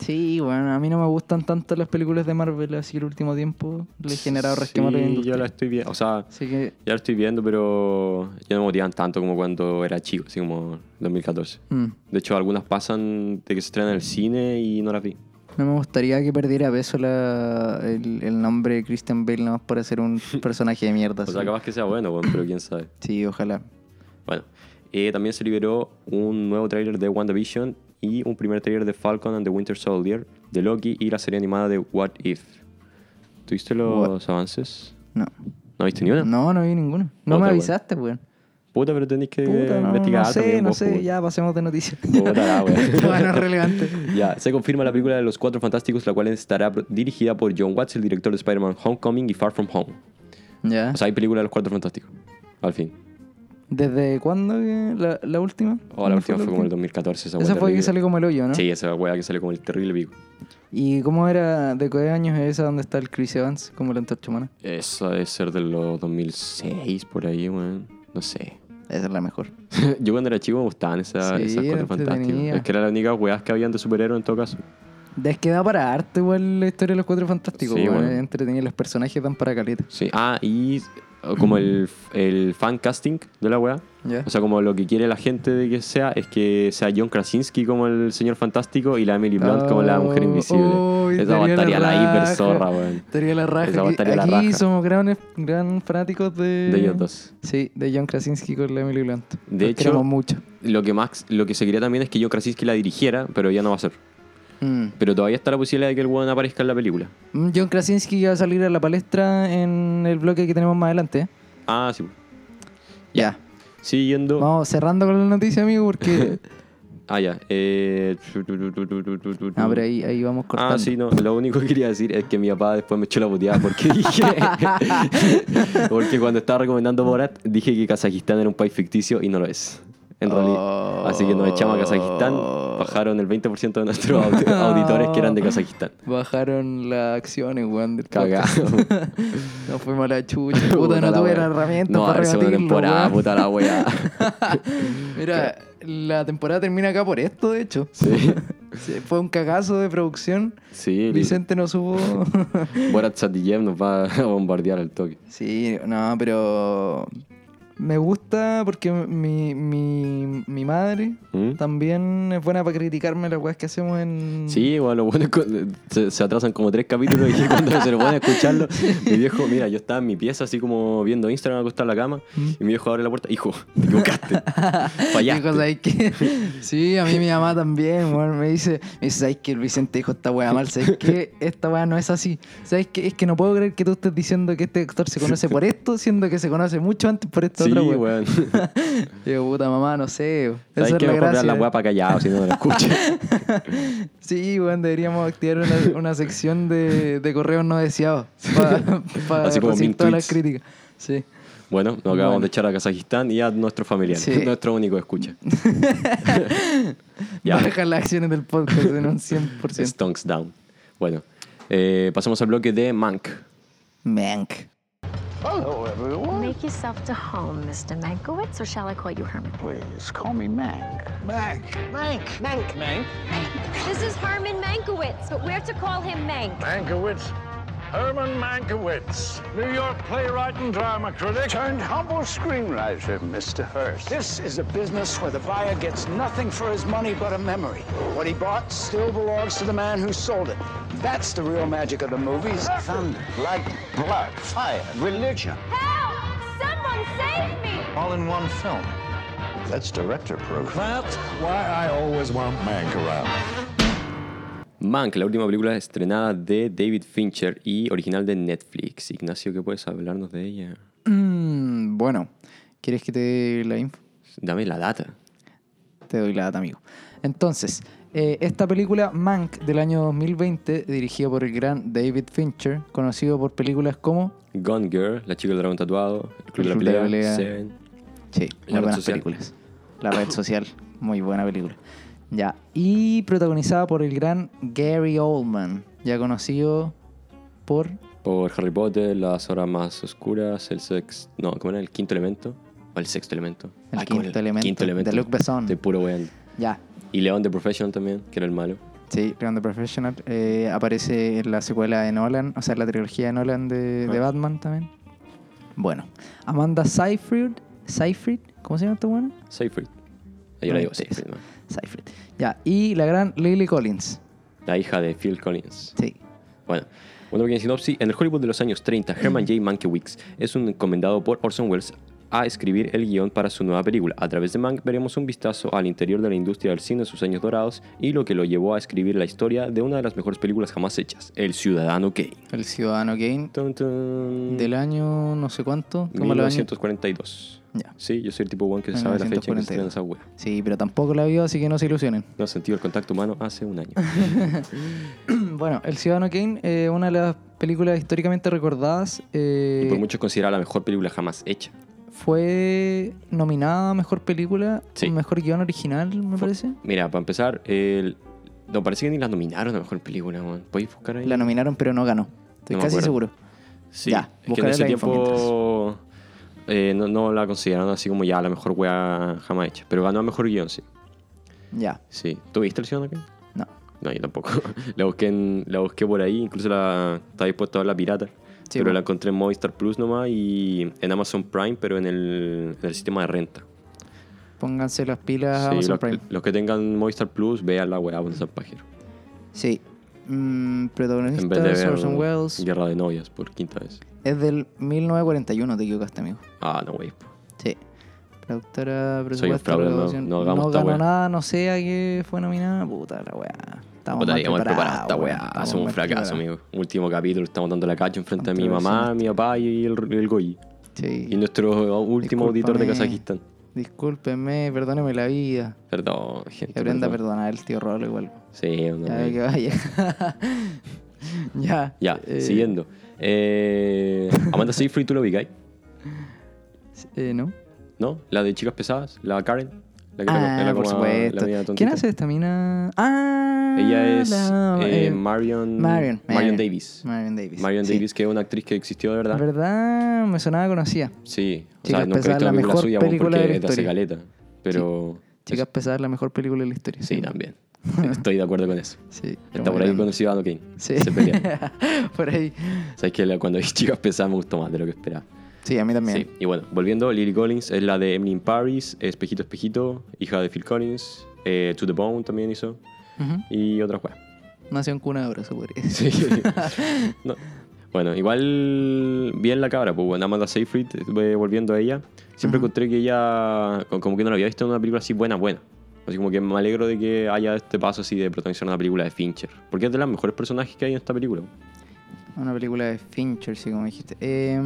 S1: Sí, bueno, a mí no me gustan tanto las películas de Marvel, así que el último tiempo le he generado resquemor a la
S2: Sí,
S1: industria.
S2: yo la estoy viendo. O sea...
S1: Así que,
S2: Ya lo estoy viendo, pero ya no me motivan tanto como cuando era chico, así como 2014.
S1: mm,
S2: De hecho, algunas pasan de que se estrenan en el cine y no las vi.
S1: no me gustaría que perdiera peso la- el, el nombre de Christian Bale, no por hacer un personaje de mierda.
S2: O sea,
S1: así.
S2: capaz que sea bueno, weón, pero quién sabe.
S1: Sí, ojalá.
S2: Bueno, eh, también se liberó un nuevo tráiler de WandaVision y un primer tráiler de Falcon and the Winter Soldier, de Loki y la serie animada de What If. ¿Tuviste los avances?
S1: No.
S2: ¿No viste ni una?
S1: No, no vi ninguno. No
S2: Otra,
S1: me
S2: weón.
S1: avisaste, weón.
S2: Puta, pero tenéis que
S1: Puta, no,
S2: investigar
S1: no sé,
S2: también
S1: no
S2: vos,
S1: sé,
S2: weón.
S1: ya pasemos de noticias.
S2: Puta la weá.
S1: Esto va, no es relevante.
S2: Ya, se confirma la película de los Cuatro Fantásticos, la cual estará pro- dirigida por John Watts, el director de Spider-Man Homecoming y Far From Home.
S1: Ya.
S2: O sea, hay película de los Cuatro Fantásticos. Al fin.
S1: ¿Desde cuándo? que la, la última?
S2: O Oh, la
S1: ¿No
S2: última fue como el 2014. Esa,
S1: Mm, Esa fue
S2: wea
S1: que
S2: terrible.
S1: salió como el hoyo, ¿no?
S2: Sí, esa weá que salió como el terrible pico.
S1: ¿Y cómo era, de qué años es esa donde está el Chris Evans como la antorcha humana?
S2: Esa debe ser de los 2006, por ahí, weón. No sé.
S1: Esa es la mejor.
S2: Yo cuando era chico me gustaban esa-
S1: Sí,
S2: esas
S1: era
S2: Cuatro Fantásticos.
S1: entretenida.
S2: Es que eran las únicas weas que habían de superhéroes en todo caso.
S1: Es que da para harto igual la historia de los cuatro fantásticos.
S2: Sí,
S1: weón.
S2: bueno.
S1: Es entretenida, los personajes dan para caleta.
S2: Sí. Ah, y eh, como el, el fan casting de la wea.
S1: Ya.
S2: O sea, como lo que quiere la gente de que sea es que sea John Krasinski como el señor fantástico y la Emily Blunt como la mujer
S1: Oh,
S2: invisible.
S1: oh, y
S2: Esa
S1: estaría
S2: bastaría
S1: la
S2: la,
S1: raja.
S2: hiper zorra, weón.
S1: Estaría la raja.
S2: Esa
S1: Aquí,
S2: estaría la
S1: aquí
S2: raja.
S1: somos gran, gran fanáticos de...
S2: De ellos dos.
S1: Sí, de John Krasinski con la Emily Blunt.
S2: De
S1: Los
S2: hecho-
S1: queremos mucho.
S2: Lo que Max, lo que se quería también es que John Krasinski la dirigiera, pero ya no va a ser.
S1: Mm.
S2: Pero todavía está la posibilidad de que el weón aparezca en la película.
S1: Mm, John Krasinski va a salir a la palestra en el bloque que tenemos más adelante. ¿eh?
S2: Ah, sí.
S1: Ya.
S2: Siguiendo.
S1: Vamos cerrando con la noticia, amigo, porque...
S2: Ah, ya. Eh...
S1: No, Ah, pero ahí, ahí vamos cortando.
S2: Ah, sí, no. Lo único que quería decir es que mi papá después me echó la puteada porque dije. porque cuando estaba recomendando Borat, dije que Kazajistán era un país ficticio y no lo es. En realidad. Así que nos echamos a Kazajistán.
S1: Oh.
S2: Bajaron el 20% de nuestros audi- auditores que eran de Kazajistán.
S1: Bajaron las acciones, weón, del
S2: Cagado.
S1: podcast. No fuimos a la chucha. Puta, no
S2: la
S1: tuve
S2: wea.
S1: la herramienta
S2: No,
S1: para
S2: la segunda
S1: rebatirlo,
S2: temporada,
S1: weón.
S2: puta la wea.
S1: Mira, la temporada termina acá por esto, de hecho.
S2: Sí.
S1: Sí, Fue un cagazo de producción.
S2: Sí,
S1: Vicente no supo...
S2: Borat Sadiev nos va a bombardear al toque.
S1: sí, no, pero... Me gusta porque mi, mi, mi madre
S2: ¿Mm?
S1: también es buena para criticarme las weas que hacemos en...
S2: Sí, bueno, lo bueno es cu- se, se atrasan como tres capítulos y cuando se lo van a escucharlo, mi viejo, mira, yo estaba en mi pieza así como viendo Instagram acostado en la cama
S1: Mm.
S2: y mi viejo abre la puerta, hijo, te equivocaste, fallaste.
S1: Dijo, "¿Sabes qué?". Sí, a mí mi mamá también, weón, me dice, me dice, ¿sabes qué? El Vicente dijo esta weá mal, ¿sabes qué? Esta weá no es así. ¿Sabes qué? Es que no puedo creer que tú estés diciendo que este actor se conoce por esto, siendo que se conoce mucho antes por esta
S2: Sí,
S1: otra
S2: weón.
S1: weá. Digo, puta mamá, no sé.
S2: Sabes
S1: Esa es
S2: que
S1: la
S2: mejor vean la
S1: gracia.
S2: weá para callado si no no la escuchas.
S1: Sí, weón, deberíamos activar una, una sección de, de correos no deseados para
S2: Así como
S1: recibir
S2: min
S1: todas las
S2: tweets.
S1: críticas. Sí.
S2: Bueno, nos acabamos de echar a Kazajistán y a nuestros familiares.
S1: Sí.
S2: Nuestro único escucha. Ya.
S1: Baja las acciones del podcast en un 100%.
S2: Stonks down. Bueno, eh, pasamos al bloque de Mank.
S1: Mank.
S3: Hello, everyone.
S4: Make yourself to home, Mr. Mankowitz, or shall I call you Herman?
S3: Please call me Mac. Mac. Mac. Mac. Mank.
S5: This is Herman Mankiewicz, but we're to call him Mank.
S3: Mankiewicz. Herman Mankiewicz, New York playwright and drama critic turned humble screenwriter, Mr. Hearst.
S6: This is a business where the buyer gets nothing for his money but a memory. What he bought still belongs to the man who sold it. That's the real magic of the movies.
S3: thunder, lightning, blood, fire, religion,
S5: Help! Someone save me!
S3: all in one film. That's director proof.
S2: Mank, la última película estrenada de David Fincher y original de Netflix. Ignacio, ¿qué puedes hablarnos de ella?
S1: Mm, bueno, ¿quieres que te dé la info?
S2: Dame la data.
S1: Te doy la data, amigo. Entonces, eh, esta película Mank del año 2020, dirigida por el gran David Fincher, conocido por películas como...
S2: Gone Girl, La chica del dragón tatuado, El club de la
S1: Club de la pelea.
S2: pelea, Seven.
S1: Sí,
S2: La red
S1: las buenas
S2: social.
S1: películas. La red social, muy buena película. Ya, y protagonizada por el gran Gary Oldman, ya conocido por...
S2: Por Harry Potter, Las horas más oscuras, El sex... No, ¿cómo era? ¿El quinto elemento? ¿O el sexto elemento?
S1: El
S2: ¿cómo
S1: Quinto
S2: era?
S1: Elemento, de Luc Besson.
S2: De puro weón.
S1: Ya,
S2: Y León de Professional también, que era el malo.
S1: sí, Leon the Professional. eh, aparece en la secuela de Nolan, o sea, en la trilogía de Nolan de, de
S2: Ah.
S1: Batman también. Bueno, Amanda Seyfried, Seyfried, ¿cómo se llama esta buena?
S2: Seyfried. Ah, Yo le digo
S1: Sí.
S2: Seyfried, man.
S1: Seyfried. Ya, y la gran Lily Collins.
S2: La hija de Phil Collins.
S1: Sí.
S2: Bueno, una pequeña sinopsis. En el Hollywood de los años 30, Herman J. Mankiewicz es un encomendado por Orson Welles a escribir el guión para su nueva película. A través de Mank veremos un vistazo al interior de la industria del cine en sus años dorados y lo que lo llevó a escribir la historia de una de las mejores películas jamás hechas, El Ciudadano Kane.
S1: El Ciudadano Kane
S2: Tun, tun.
S1: del año no sé cuánto, como los años
S2: 1942.
S1: Ya.
S2: Sí, yo soy el tipo one que se sabe la fecha en que se estrena esa wea.
S1: Sí, pero tampoco la vio, así que no se ilusionen.
S2: No ha sentido el contacto humano hace un año.
S1: bueno, El Ciudadano Kane, eh, una de las películas históricamente recordadas, eh,
S2: Y por muchos considerada la mejor película jamás hecha.
S1: fue nominada a Mejor Película,
S2: Sí.
S1: Mejor Guión Original, me
S2: Fue-
S1: parece.
S2: Mira, para empezar, el... no parece que ni la nominaron a mejor película, weón. ¿Podéis buscar ahí?
S1: La nominaron, pero no ganó. Estoy
S2: No me
S1: casi
S2: acuerdo.
S1: seguro.
S2: Sí,
S1: Ya,
S2: es que en
S1: buscaré
S2: ese
S1: la info
S2: tiempo eh, no, no la consideraron así como ya la mejor wea jamás hecha. Pero ganó a mejor guión, sí.
S1: Ya,
S2: Sí. ¿Tú viste el ciudadano acá?
S1: no.
S2: No, yo tampoco. la, busqué en- la busqué por ahí, incluso la estaba dispuesto a ver la pirata.
S1: Sí,
S2: pero
S1: bueno.
S2: la encontré en Movistar Plus nomás y en Amazon Prime, pero en el, en el sistema de renta.
S1: Pónganse las pilas a
S2: Sí,
S1: Ah, Amazon
S2: los,
S1: Prime.
S2: los que tengan Movistar Plus, vean la weá, no sean pajeros.
S1: Sí. Mm,
S2: En vez de
S1: protagonista,
S2: ver
S1: Orson Welles.
S2: Guerra de Novias por quinta vez.
S1: Es del 1941, te equivocaste, amigo.
S2: Ah, no, güey.
S1: Sí. Productora,
S2: Soy un
S1: presupuesto,
S2: fraude, no-
S1: grabación.
S2: no hagamos esta
S1: ganó
S2: weá.
S1: nada, no sé a qué fue nominada. Puta la weá. Estamos
S2: Puta,
S1: mal
S2: digamos, preparada esta
S1: weón.
S2: weá.
S1: Estamos
S2: Hacemos un
S1: mal
S2: fracaso,
S1: preparados.
S2: amigo. Último capítulo, estamos dando la cacha enfrente de mi mamá,
S1: Controversial.
S2: mi papá y el, el Goyi. Y
S1: Sí.
S2: nuestro último auditor de
S1: Discúlpame.
S2: Kazajistán.
S1: Discúlpenme, perdóneme la vida.
S2: Perdón, gente.
S1: Que aprenda a
S2: perdón.
S1: perdonar el tío Rolo igual.
S2: Sí, una
S1: Ya,
S2: vez.
S1: que vaya. ya.
S2: Ya,
S1: eh,
S2: siguiendo. Eh, Amanda Seyfried, ¿tú lo ubicáis?
S1: eh, ¿No?
S2: ¿No? La de Chicas Pesadas, la Karen. La que
S1: Ah,
S2: era
S1: por
S2: como
S1: supuesto.
S2: mina tontita.
S1: ¿Quién hace esta mina? Ah,
S2: Ella es
S1: la-
S2: eh,
S1: eh,
S2: Marion,
S1: Marion, Marion.
S2: Davis.
S1: Marion Davis,
S2: Marion
S1: sí.
S2: Davis, que es una actriz que existió de
S1: La
S2: verdad.
S1: verdad, me sonaba conocida.
S2: Sí, o
S1: Chicas
S2: sea, nunca
S1: Pesadas,
S2: he visto
S1: la
S2: la película
S1: mejor
S2: suya weón,
S1: película de
S2: porque
S1: la
S2: es de hace
S1: historia.
S2: caleta. Pero.
S1: Chicas pesadas, la mejor película de la historia.
S2: Sí, también. Estoy de acuerdo con eso.
S1: Sí,
S2: Está por ahí con el Ciudadano Kane.
S1: Sí.
S2: Se pelea.
S1: por ahí.
S2: Sabes que la- cuando vi chicas pesadas me gustó más de lo que esperaba.
S1: Sí, a mí también.
S2: Sí. Y bueno, volviendo, Lily Collins es la de Emily in Paris, Espejito, Espejito, hija de Phil Collins, eh, To the Bone también hizo,
S1: Ujú.
S2: y otras cosas.
S1: Nació en cuna de oro, se podría decir.
S2: Sí. No. Bueno, igual bien la cabra, pues bueno, Amanda Seyfried, eh, volviendo a ella, siempre encontré que ella, co- como que no la había visto en una película así buena, buena. Así como que me alegro de que haya este paso así de protagonizar una película de Fincher, porque es de los mejores personajes que hay en esta película.
S1: Una película de Fincher, sí, como dijiste.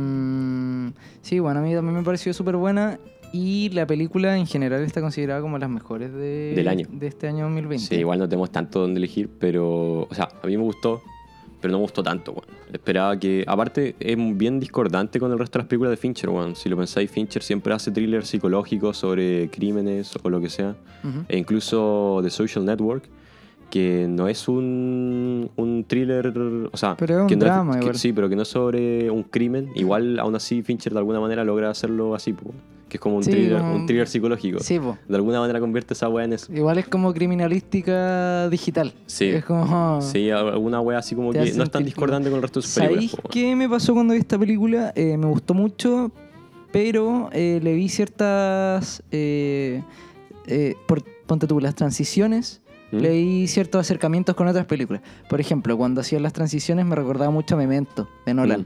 S1: Em, sí, bueno, a mí también me pareció súper buena. Y la película en general está considerada como las mejores de,
S2: Del año.
S1: de este año 2020.
S2: Sí, igual no tenemos tanto donde elegir, pero, o sea, a mí me gustó, pero no me gustó tanto, weón. Esperaba que. Aparte, es bien discordante con el resto de las películas de Fincher, weón. Si lo pensáis, Fincher siempre hace thrillers psicológicos sobre crímenes o lo que sea. E incluso The Social Network, que no es un, un thriller. O sea,
S1: Pero es un
S2: que no
S1: drama,
S2: que-
S1: igual.
S2: sí, pero que no es sobre un crimen. Igual, aún así, Fincher de alguna manera logra hacerlo así, po, que es como un,
S1: Sí,
S2: thriller,
S1: como-
S2: un thriller psicológico.
S1: Sí, po.
S2: De alguna manera convierte esa weá en eso.
S1: Igual es como criminalística digital.
S2: Sí.
S1: Es como.
S2: Sí, alguna wea así como
S1: Te
S2: que
S1: hace
S2: no es tan
S1: sentir
S2: discordante con el resto de sus películas.
S1: ¿Sabéis
S2: po, weón.
S1: qué me pasó cuando vi esta película? Eh, me gustó mucho, pero eh, le vi ciertas. eh, eh, por- ponte tú, las transiciones.
S2: ¿Mm?
S1: Le vi ciertos acercamientos con otras películas. Por ejemplo, cuando hacían las transiciones me recordaba mucho a Memento, de Nolan.
S2: Mm.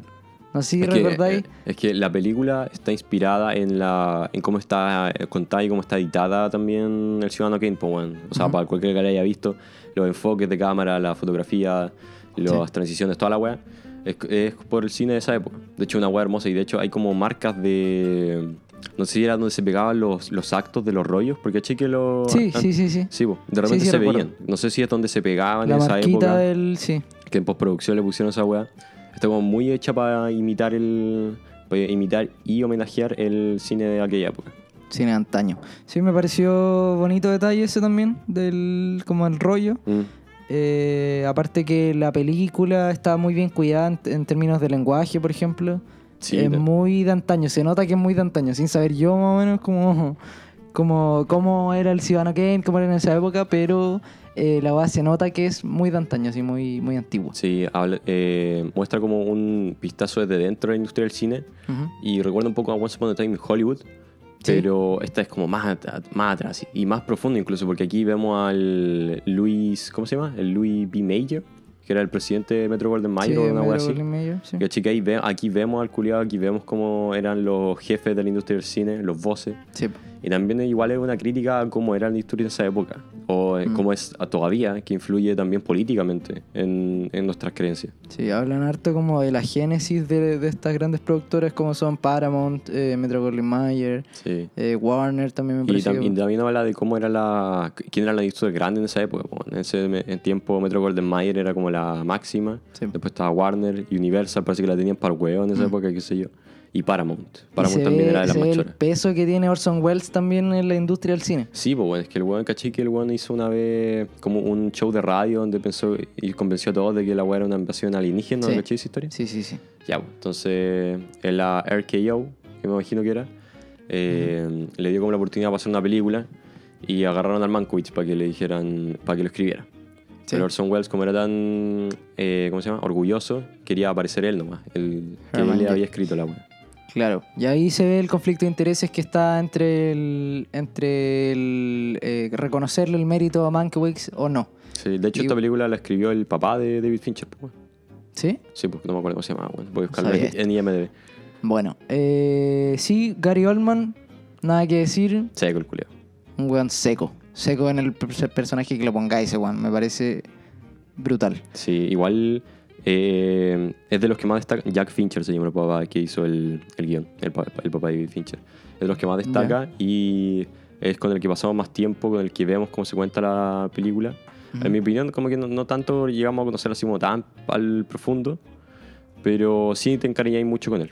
S1: No sé si
S2: que,
S1: recordáis.
S2: eh, es que la película está inspirada en la en cómo está eh, contada y cómo está editada también el Ciudadano Kane, po, weón. O sea, para cualquiera que la haya visto, los enfoques de cámara, la fotografía, las transiciones, toda la weá. Es, es por el cine de esa época. De hecho, una weá hermosa. Y de hecho, hay como marcas de. No sé si era donde se pegaban los, los actos de los rollos, porque caché que los.
S1: Sí, sí, sí, sí.
S2: Sí, po, de repente
S1: sí,
S2: se
S1: recuerdo.
S2: veían. No sé si es donde se pegaban
S1: La
S2: en esa época
S1: marquita del. Sí.
S2: que en postproducción le pusieron esa weá. Está como muy hecha para imitar el. Para imitar y homenajear el cine de aquella época.
S1: Cine de antaño. Sí, me pareció bonito detalle ese también, del como el rollo.
S2: Mm.
S1: Eh, aparte que la película está muy bien cuidada en, en términos de lenguaje, por ejemplo.
S2: Sí,
S1: es
S2: de-
S1: muy de antaño, se nota que es muy de antaño, sin saber yo más o menos cómo, cómo, cómo era el Ciudadano Kane, cómo era en esa época, pero eh, la base se nota que es muy de antaño, así muy, muy antiguo.
S2: Sí, habla- eh, muestra como un vistazo desde dentro de la industria del cine
S1: Ujú.
S2: y recuerda un poco a Once Upon a Time in Hollywood, pero esta es como más, at- más atrás y más profundo incluso, porque aquí vemos al Luis, ¿cómo se llama? El Louis B. Mayer, que era el presidente de Metro Golden Mayer
S1: Sí,
S2: o una
S1: medio
S2: wea así.
S1: golpe y medio, sí.
S2: ¿Cachai? Que ahí ve- aquí vemos al culiado, aquí vemos cómo eran los jefes de la industria del cine, los voces.
S1: Sí.
S2: Y también igual es una crítica a cómo era la industria en esa época, o
S1: Mm.
S2: eh, cómo es a- todavía, que influye también políticamente en, en nuestras creencias.
S1: Sí, hablan harto como de la génesis de, de estas grandes productoras como son Paramount, eh, Metro Goldwyn Mayer,
S2: Sí.
S1: eh, Warner también me
S2: Y,
S1: parece.
S2: tam-
S1: que-
S2: y también habla de cómo era la, quién era la industria grande en esa época. po. En ese me- en tiempo Metro Golden Mayer era como la máxima,
S1: Sí. Mm.
S2: después estaba Warner, Universal, parece que la tenían para el huevo en esa época, qué sé yo. Y Paramount. Paramount
S1: se
S2: también
S1: ve-
S2: era de las
S1: se ve
S2: más
S1: el
S2: choras.
S1: peso que tiene Orson Welles también en la industria del cine.
S2: Sí, pues bueno, es que el weón, caché que el weón hizo una vez como un show de radio donde pensó y convenció a todos de que la weá era una invasión alienígena,
S1: Sí.
S2: ¿no caché esa historia?
S1: Sí, sí, sí.
S2: Ya, pues, entonces en la RKO, que me imagino que era, eh, le dio como la oportunidad para hacer una película y agarraron al Mankiewicz para que le dijeran, para que lo escribiera.
S1: Sí.
S2: Pero Orson Welles, como era tan, eh, ¿cómo se llama? Orgulloso, quería aparecer él nomás, el que
S1: Herman
S2: él le
S1: Dick.
S2: había escrito la weá.
S1: Claro. Y ahí se ve el conflicto de intereses que está entre el, entre el eh, reconocerle el mérito a Mankiewicz o no.
S2: Sí, de hecho,
S1: Y-
S2: esta película la escribió el papá de David Fincher, pues, weón.
S1: ¿Sí?
S2: Sí, porque no me acuerdo cómo se llamaba, bueno, voy a buscarlo
S1: Sabía
S2: en IMDb.
S1: Bueno. eh, sí, Gary Oldman, nada que decir.
S2: Seco el culiao.
S1: Un weón seco. Seco en el per- personaje que lo pongáis, ese weón. Me parece brutal.
S2: Sí, igual eh, es de los que más destaca. Jack Fincher se llama el papá que hizo el, el guión, el, pa- el papá de David Fincher. Es de los que más destaca y es con el que pasamos más tiempo, con el que vemos cómo se cuenta la película. En mi opinión, como que no, no tanto llegamos a conocer así como tan al profundo, pero sí te encariñáis mucho con él.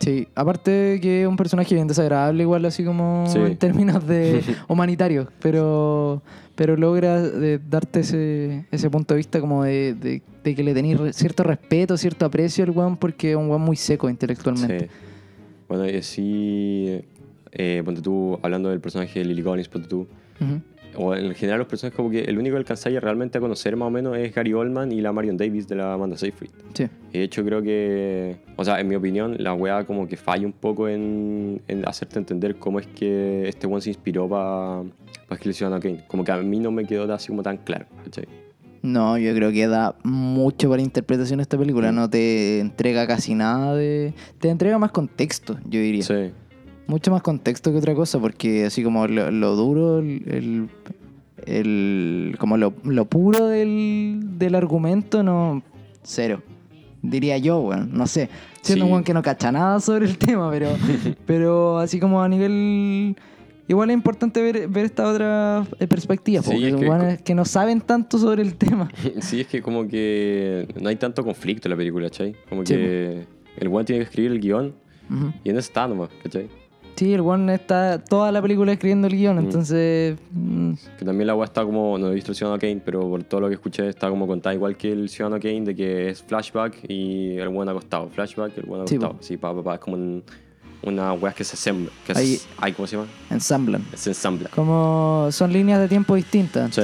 S1: Sí, aparte que es un personaje bien desagradable, igual así como
S2: Sí.
S1: en términos de humanitarios, pero, pero logra eh, darte ese, ese punto de vista como de, de- de que le tenéis re- cierto respeto, cierto aprecio al weón porque es un weón muy seco intelectualmente.
S2: Sí. Bueno, y así, eh, ponte tú, hablando del personaje de Lily Collins, ponte tú,
S1: Ujú.
S2: o en general los personajes como que el único que alcanzáis realmente a conocer más o menos es Gary Oldman y la Marion Davis de la Amanda Seyfried.
S1: Sí.
S2: De hecho creo que, o sea, en mi opinión, la wea como que falla un poco en, en hacerte entender cómo es que este one se inspiró para pa escribir Ciudadano Kane. Como que a mí no me quedó así como tan claro, ¿cachai?
S1: No, yo creo que da mucho para interpretación esta película, no te entrega casi nada de... Te entrega más contexto, yo diría.
S2: Sí.
S1: mucho más contexto que otra cosa, porque así como lo, lo duro, el, el- el- como lo, lo puro del, del argumento, no, cero. Diría yo, weón, no sé. Siendo
S2: Sí.
S1: un weón que no cacha nada sobre el tema, pero, pero así como a nivel Igual es importante ver, ver esta otra eh, perspectiva,
S2: Sí,
S1: porque
S2: es
S1: los
S2: que-
S1: hueones que no saben tanto sobre el tema.
S2: Sí, es que como que no hay tanto conflicto en la película, ¿cachai? Como
S1: Sí,
S2: que el weón tiene que escribir el guión
S1: Ujú.
S2: y en eso está nomás, ¿cachai?
S1: Sí, el one está toda la película escribiendo el guión, entonces. mm,
S2: Que también la weá está como, no he visto el Ciudadano Kane, pero por todo lo que escuché está como contada igual que el Ciudadano Kane, de que es flashback y el buen acostado, flashback y el buen
S1: Sí,
S2: acostado.
S1: po.
S2: Sí, pa, pa, pa, es como un- una weá que se sembra, que
S1: Ahí-
S2: se- ay, ¿cómo se llama?
S1: ensamblan.
S2: Se ensambla.
S1: Como son líneas de tiempo distintas.
S2: Sí.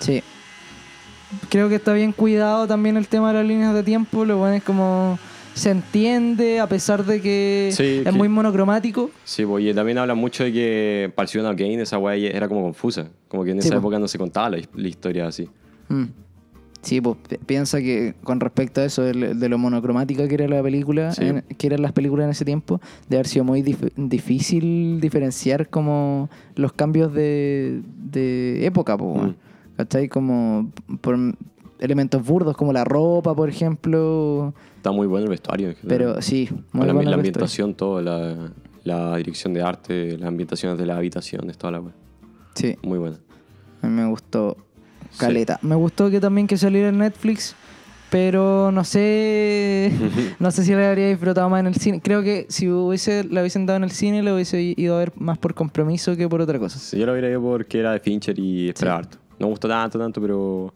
S1: Sí. Creo que está bien cuidado también el tema de las líneas de tiempo. Lo bueno es como se entiende, a pesar de que
S2: Sí,
S1: es
S2: que-
S1: muy monocromático.
S2: Sí, po, y también habla mucho de que para el Ciudadano Kane esa weá era como confusa, como que en
S1: Sí,
S2: esa
S1: po.
S2: época no se contaba la, his- la historia así.
S1: Mm. Sí, pues pi- piensa que con respecto a eso del- de, lo monocromática que era la película,
S2: Sí.
S1: en- que eran las películas en ese tiempo, de haber sido muy dif- difícil diferenciar como los cambios de, de época, pues,
S2: Mm.
S1: weón. ¿cachai? Como por elementos burdos como la ropa, por ejemplo.
S2: Está muy bueno el vestuario. en general.
S1: Pero sí, muy
S2: la,
S1: buena
S2: la
S1: la historia.
S2: ambientación, todo, la, la dirección de arte, las ambientaciones de las habitaciones, toda la weá.
S1: Sí,
S2: Muy buena.
S1: a mí me gustó Caleta. Me gustó que también que saliera en Netflix, pero no sé, no sé si la habría disfrutado más en el cine. Creo que si hubiese la hubiesen dado en el cine, la hubiese ido a ver más por compromiso que por otra cosa.
S2: Sí, Yo lo hubiera ido porque era de Fincher y esperaba harto. No me gustó tanto, tanto, pero.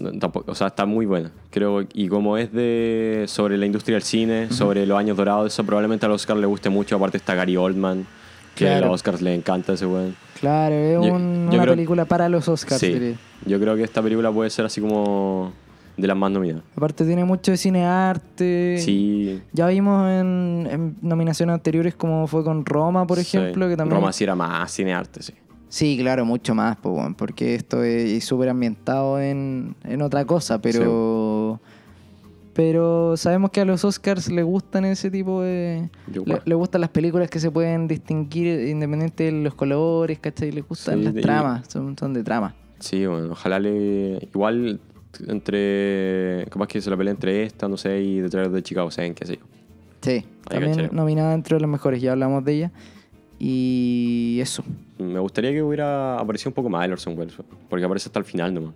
S2: no- tampoco- o sea, está muy buena. Creo, y como es de sobre la industria del cine, sobre los años dorados, eso probablemente al Oscar le guste mucho. Aparte está Gary Oldman, que a
S1: Claro.
S2: los Oscars le encanta ese weón.
S1: Claro, es
S2: Yo-
S1: un-
S2: yo
S1: una
S2: creo-
S1: película para los Oscars.
S2: Sí.
S1: diría.
S2: Yo creo que esta película puede ser así como de las más nominadas.
S1: Aparte tiene mucho de cine arte.
S2: Sí.
S1: Ya vimos en, en nominaciones anteriores como fue con Roma, por
S2: sí.
S1: ejemplo, que también
S2: Roma sí era más cinearte, sí.
S1: Sí, claro, mucho más, po, weón, porque esto es súper ambientado en, en otra cosa, pero pero sabemos que a los Oscars le gustan ese tipo de...
S2: Yo
S1: Le,
S2: igual.
S1: le gustan las películas que se pueden distinguir independiente de los colores, ¿cachai? Les gustan
S2: Sí,
S1: las
S2: de-
S1: tramas, son, son de trama.
S2: Sí, bueno, ojalá le. Igual entre. Capaz que se la pelea entre esta, no sé, y detrás de Chicago, ¿saben qué sé yo?
S1: Sí, también
S2: cachai.
S1: nominada entre los mejores, ya hablamos de ella. Y eso.
S2: Me gustaría que hubiera aparecido un poco más el Orson Welles, porque aparece hasta el final nomás.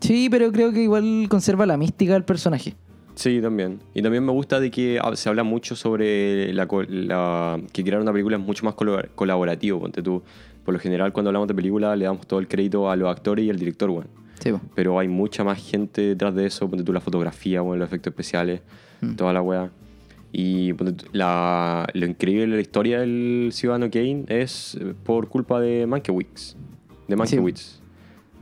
S1: Sí, pero creo que igual conserva la mística del personaje.
S2: Sí, también. Y también me gusta de que hab- se habla mucho sobre la, co- la- que crear una película es mucho más colo- colaborativo, ponte tú. Por lo general, cuando hablamos de película, le damos todo el crédito a los actores y al director, bueno.
S1: Sí, po.
S2: Pero hay mucha más gente detrás de eso, ponte tú la fotografía, bueno, los efectos especiales, toda la weá. Y ponte tú, la, lo increíble de la historia del Ciudadano Kane es eh, por culpa de Mankiewicz. De Mankiewicz. Es-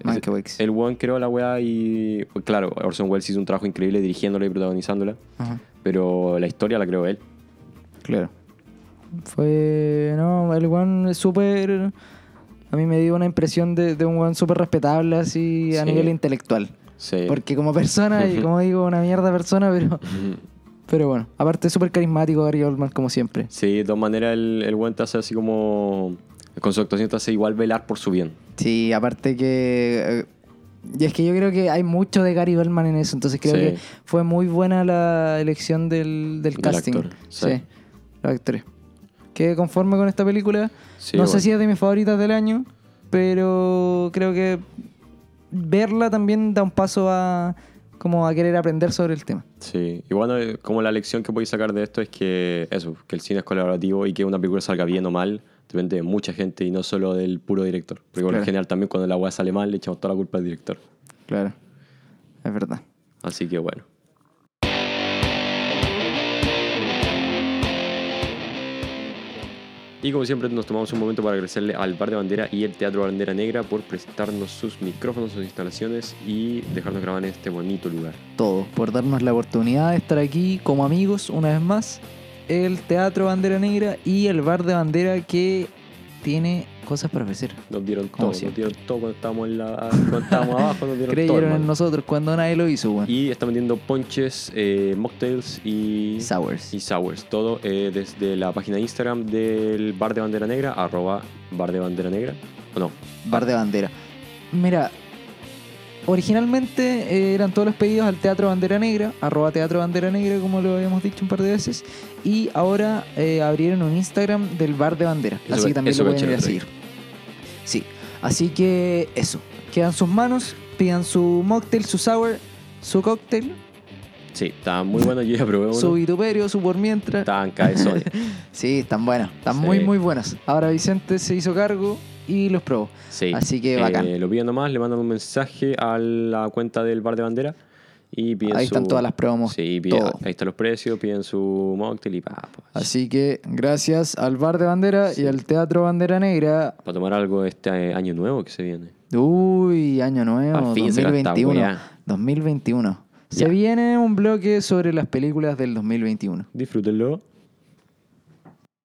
S1: Mankiewicz.
S2: El one creó la weá y. pues, Claro, Orson Welles hizo un trabajo increíble dirigiéndola y protagonizándola,
S1: Ajá.
S2: pero la historia la creó él.
S1: Claro. Fue. No, el weón es súper. A mí me dio una impresión de, de un weón súper respetable, así a
S2: Sí.
S1: nivel intelectual.
S2: Sí.
S1: Porque como persona, y como digo, una mierda persona, pero. pero bueno, aparte, súper carismático Gary Oldman, como siempre.
S2: Sí, de todas maneras, el, el weón te hace así como. Con su actuación te hace igual velar por su bien.
S1: Sí, aparte que. eh, Y es que yo creo que hay mucho de Gary Oldman en eso, entonces creo
S2: Sí.
S1: que fue muy buena la elección del, del
S2: Del
S1: casting.
S2: actor,
S1: sí.
S2: sí.
S1: los actores. Quedé conforme con esta película.
S2: Sí,
S1: no sé
S2: bueno.
S1: si es de mis favoritas del año, pero creo que verla también da un paso a como a querer aprender sobre el tema.
S2: Sí, y bueno, eh, como la lección que podéis sacar de esto es que eso, que el cine es colaborativo y que una película salga bien o mal depende de mucha gente y no solo del puro director. Porque por
S1: Claro.
S2: lo general también cuando la weá sale mal le echamos toda la culpa al director.
S1: Claro. Es verdad.
S2: Así que bueno. Y como siempre nos tomamos un momento para agradecerle al Bar de Bandera y el Teatro Bandera Negra por prestarnos sus micrófonos, sus instalaciones y dejarnos grabar en este bonito lugar.
S1: Todo, por darnos la oportunidad de estar aquí como amigos una vez más. El Teatro Bandera Negra y el Bar de Bandera que tiene cosas para ofrecer.
S2: Nos dieron
S1: Como
S2: todo, nos
S1: siempre.
S2: dieron todo cuando estábamos, en la, cuando estábamos abajo, nos dieron todo.
S1: Creyeron en
S2: hermano.
S1: nosotros cuando nadie lo hizo, weón.
S2: Y están vendiendo ponches, eh, mocktails y,
S1: Sours.
S2: y sours. Todo eh, desde la página de Instagram del Bar de Bandera Negra, arroba Bar de Bandera Negra. O no,
S1: Bar de Bandera. Mira, originalmente eh, eran todos los pedidos al Teatro Bandera Negra, arroba Teatro Bandera Negra, como lo habíamos dicho un par de veces, y ahora eh, abrieron un Instagram del Bar de Bandera,
S2: Eso
S1: así
S2: ve-
S1: que también
S2: eso
S1: lo
S2: ve
S1: pueden ir a
S2: chévere.
S1: seguir. Sí, así que eso, quedan sus manos, pidan su mocktail, su sour, su cóctel,
S2: Sí, está muy bueno. Yo ya probé uno.
S1: su vituperio, su por mientras.
S2: Estaban cabezones.
S1: Sí, están buenas, están
S2: Sí.
S1: muy, muy buenas. Ahora Vicente se hizo cargo y los probó.
S2: Sí.
S1: Así que
S2: Eh,
S1: bacán.
S2: lo piden nomás, le mandan un mensaje a la cuenta del bar de bandera. Y piden
S1: Ahí
S2: su-
S1: están todas las promos,
S2: Sí, piden-
S1: todo.
S2: ahí están los precios, piden su mocktail y pa, pa.
S1: Así que gracias al Bar de Bandera y al Teatro Bandera Negra.
S2: Para tomar algo este eh, año nuevo que se viene.
S1: Uy, año nuevo,
S2: Al fin se gasta,
S1: 2021.
S2: weá.
S1: 2021. Se
S2: Ya.
S1: viene un bloque sobre las películas del 2021.
S2: Disfrútenlo.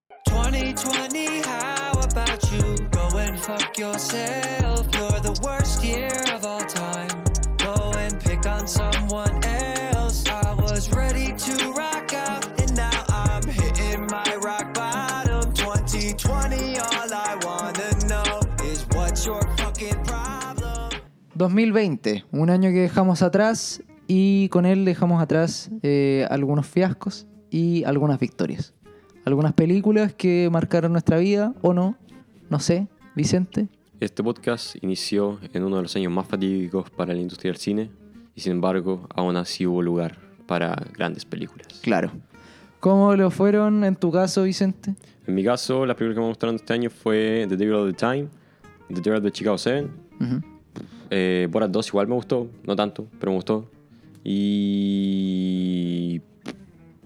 S7: 2020, how about you? Go and fuck yourself. You're the worst year of all time. Go and pick on someone else. I was ready to rock out, and now I'm hitting my rock bottom. 2020, all I wanna know is what's your fucking problem?
S1: 2020, un año que dejamos atrás y con él dejamos atrás eh, algunos fiascos y algunas victorias. Algunas películas que marcaron nuestra vida o no, no sé, Vicente.
S2: Este podcast inició en uno de los años más fatídicos para la industria del cine y sin embargo aún así hubo lugar para grandes películas.
S1: Claro. ¿Cómo lo fueron en tu caso, Vicente?
S2: En mi caso, las películas que me gustaron este año fue The Devil of the Time, The Devil of the Chicago 7,
S1: Ujú.
S2: eh, Borat 2 igual me gustó, no tanto, pero me gustó. Y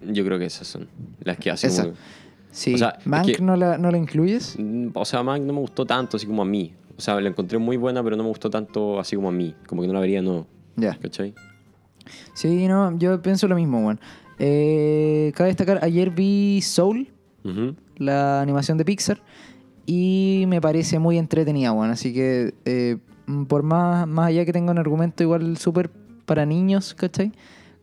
S2: yo creo que esas son las que hacen.
S1: Esa. Sí,
S2: O sea, es
S1: Mank
S2: que-
S1: no, la, no la incluyes.
S2: Mm, O sea, Mank no me gustó tanto, así como a mí. O sea, la encontré muy buena, pero no me gustó tanto así como a mí. Como que no la vería, no.
S1: Ya.
S2: ¿Cachai?
S1: Sí, no, yo pienso lo mismo, weón. Eh, cabe destacar, ayer vi Soul,
S2: Ujú.
S1: la animación de Pixar, y me parece muy entretenida, weón. Así que, eh, mm, por más, más allá que tenga un argumento igual súper para niños, ¿cachai?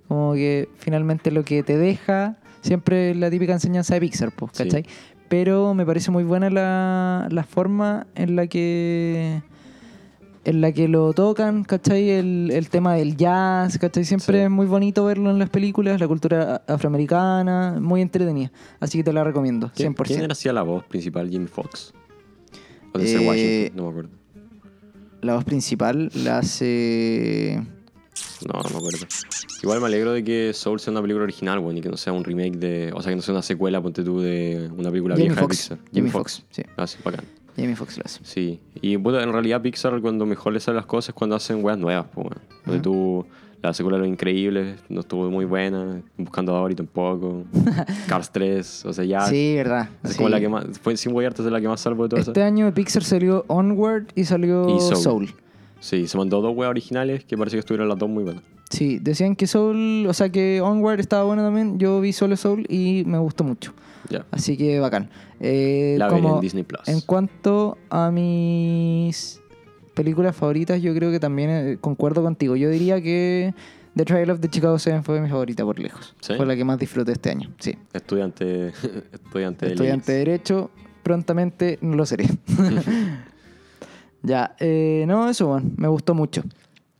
S1: Como que finalmente lo que te deja, siempre la típica enseñanza de Pixar, pues,
S2: Sí.
S1: ¿cachai? Pero me parece muy buena la, la forma en la que en la que lo tocan, ¿cachai? El, el tema del jazz, ¿cachai? Siempre
S2: Sí.
S1: es muy bonito verlo en las películas, la cultura a- afroamericana, muy entretenida. Así que te la recomiendo,
S2: ¿Quién,
S1: 100%.
S2: ¿Quién era así la voz principal? ¿Jimmy Fox? O de ser
S1: Eh,
S2: Washington, no me acuerdo.
S1: La voz principal la hace...
S2: No, no me acuerdo. Igual me alegro de que Soul sea una película original, bueno, y que no sea un remake de. O sea, que no sea una secuela, ponte tú, de una película
S1: Jamie
S2: vieja
S1: Foxx.
S2: de Pixar.
S1: Jamie Foxx, sí.
S2: Ah, sí, bacán.
S1: Jamie Foxx la hace.
S2: Sí. Y bueno, en realidad Pixar cuando mejor le salen las cosas es cuando hacen weas nuevas, pues weón. Donde tú, la secuela de Los Increíbles no estuvo muy buena, Buscando a Dory tampoco, Cars 3, o sea, ya...
S1: Sí, verdad.
S2: Ah, Es
S1: sí.
S2: como la que más... Fue sin weyarte, es la que más salvo de todas
S1: Este
S2: esas.
S1: año Pixar salió Onward y salió
S2: Y Soul.
S1: Soul.
S2: Sí, se mandó dos weas originales que parece que estuvieron las dos muy buenas.
S1: Sí, decían que Soul, o sea que Onward estaba bueno también. Yo vi solo Soul y me gustó mucho.
S2: Ya.
S1: Así que bacán. Eh,
S2: La veré
S1: como-
S2: en Disney Plus.
S1: En cuanto a mis películas favoritas, yo creo que también eh, concuerdo contigo. Yo diría que The Trial of the Chicago 7 fue mi favorita por lejos.
S2: ¿Sí?
S1: Fue la que más disfruté este año. Sí.
S2: Estudiante... estudiante de
S1: Estudiante de
S2: leyes.
S1: Derecho, prontamente no lo seré. ya, eh, no, eso, bueno, me gustó mucho.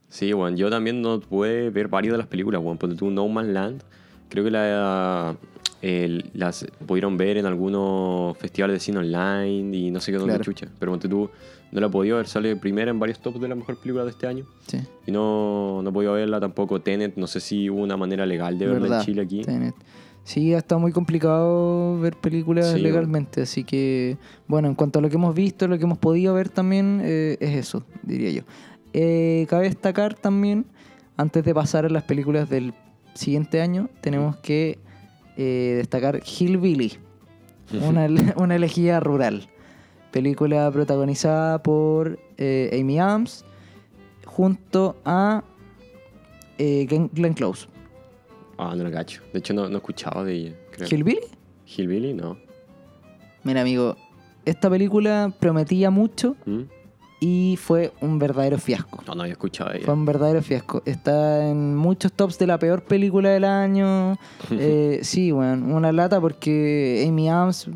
S2: Sí, bueno, yo también no pude ver varias de las películas, bueno, porque tú No Man's Land, creo que la, el- las pudieron ver en algunos festivales de cine online y no sé qué dónde
S1: Claro.
S2: chucha, pero ponte tú no la he podido ver, sale primera en varios tops de la mejor película de este año
S1: Sí.
S2: y no, no he podido verla tampoco, Tenet, no sé si hubo una manera legal de verla
S1: verdad,
S2: en Chile aquí.
S1: Tenet. Sí, ha estado muy complicado ver películas
S2: Sí,
S1: legalmente, así que, bueno, en cuanto a lo que hemos visto, lo que hemos podido ver también, eh, es eso, diría yo. Eh, cabe destacar también, antes de pasar a las películas del siguiente año, tenemos que eh, destacar Hillbilly, una, una elegía rural, película protagonizada por eh, Amy Adams junto a eh, Glenn- Glenn Close.
S2: Ah, no la cacho, de hecho no, no escuchaba de ella, creo.
S1: ¿Hillbilly?
S2: Hillbilly, no.
S1: Mira, amigo, esta película prometía mucho
S2: ¿Mm?
S1: y fue un verdadero fiasco.
S2: No, no había escuchado de
S1: Fue
S2: ella.
S1: un verdadero fiasco. Está en muchos tops de la peor película del año. Eh, sí, bueno, una lata porque Amy Adams,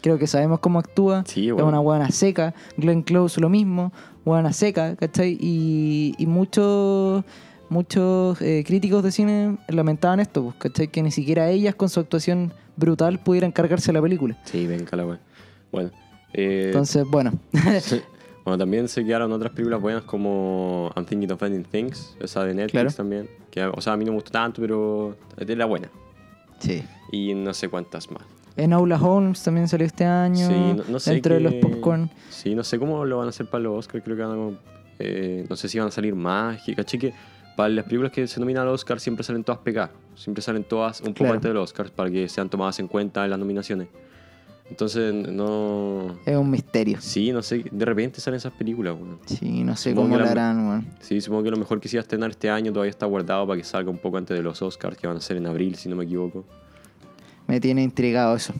S1: creo que sabemos cómo actúa.
S2: Sí,
S1: Es
S2: bueno.
S1: una huevona seca. Glenn Close lo mismo, huevona seca, ¿cachai? Y, y muchos muchos eh, críticos de cine lamentaban esto, pues, ¿cachai? Que ni siquiera ellas con su actuación brutal pudieran cargarse la película.
S2: Sí, venga la weá. Bueno. eh,
S1: Entonces, bueno.
S2: sí. Bueno, también se quedaron otras películas buenas como I'm Thinking of Ending Things, esa de Netflix
S1: Claro.
S2: también. Que, o sea, a mí no me gustó tanto, pero era buena.
S1: sí.
S2: Y no sé cuántas más.
S1: En Aula Holmes también salió este año.
S2: Sí, no, no sé
S1: Dentro de los
S2: qué-
S1: popcorn.
S2: Sí, no sé cómo lo van a hacer para los Oscars. Creo que van a. como, eh, no sé si van a salir más. que- Caché que para las películas que se nominan al Oscar siempre salen todas pegadas. Siempre salen todas un poco
S1: Claro.
S2: antes de los Oscars para que sean tomadas en cuenta en las nominaciones. Entonces, no.
S1: Es un misterio.
S2: Sí, no sé. De repente salen esas películas, weón.
S1: Sí, no sé
S2: Supongo
S1: cómo
S2: que
S1: lo
S2: la-
S1: harán, weón.
S2: Sí, supongo que lo mejor que se iba a estrenar este año todavía está guardado para que salga un poco antes de los Oscars, que van a ser en abril, si no me equivoco.
S1: Me tiene intrigado eso.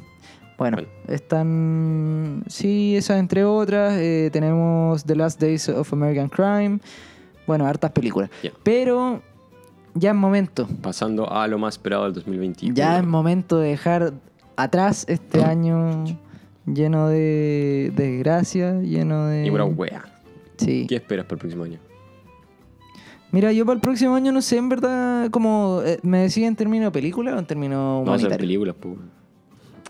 S1: Bueno,
S2: Bueno.
S1: están. Sí, esas entre otras. eh, tenemos The Last Days of American Crime. Bueno, hartas películas.
S2: Ya.
S1: Pero ya es momento.
S2: Pasando a lo más esperado del 2021.
S1: Ya es momento de dejar atrás este
S2: Ah.
S1: año lleno de desgracia, lleno de.
S2: Y pura wea.
S1: Sí.
S2: ¿Qué esperas para el próximo año?
S1: Mira, yo para el próximo año no sé, en verdad, como eh, me decía en términos de película o en términos
S2: No, hacer
S1: humanitarios.
S2: películas, pues.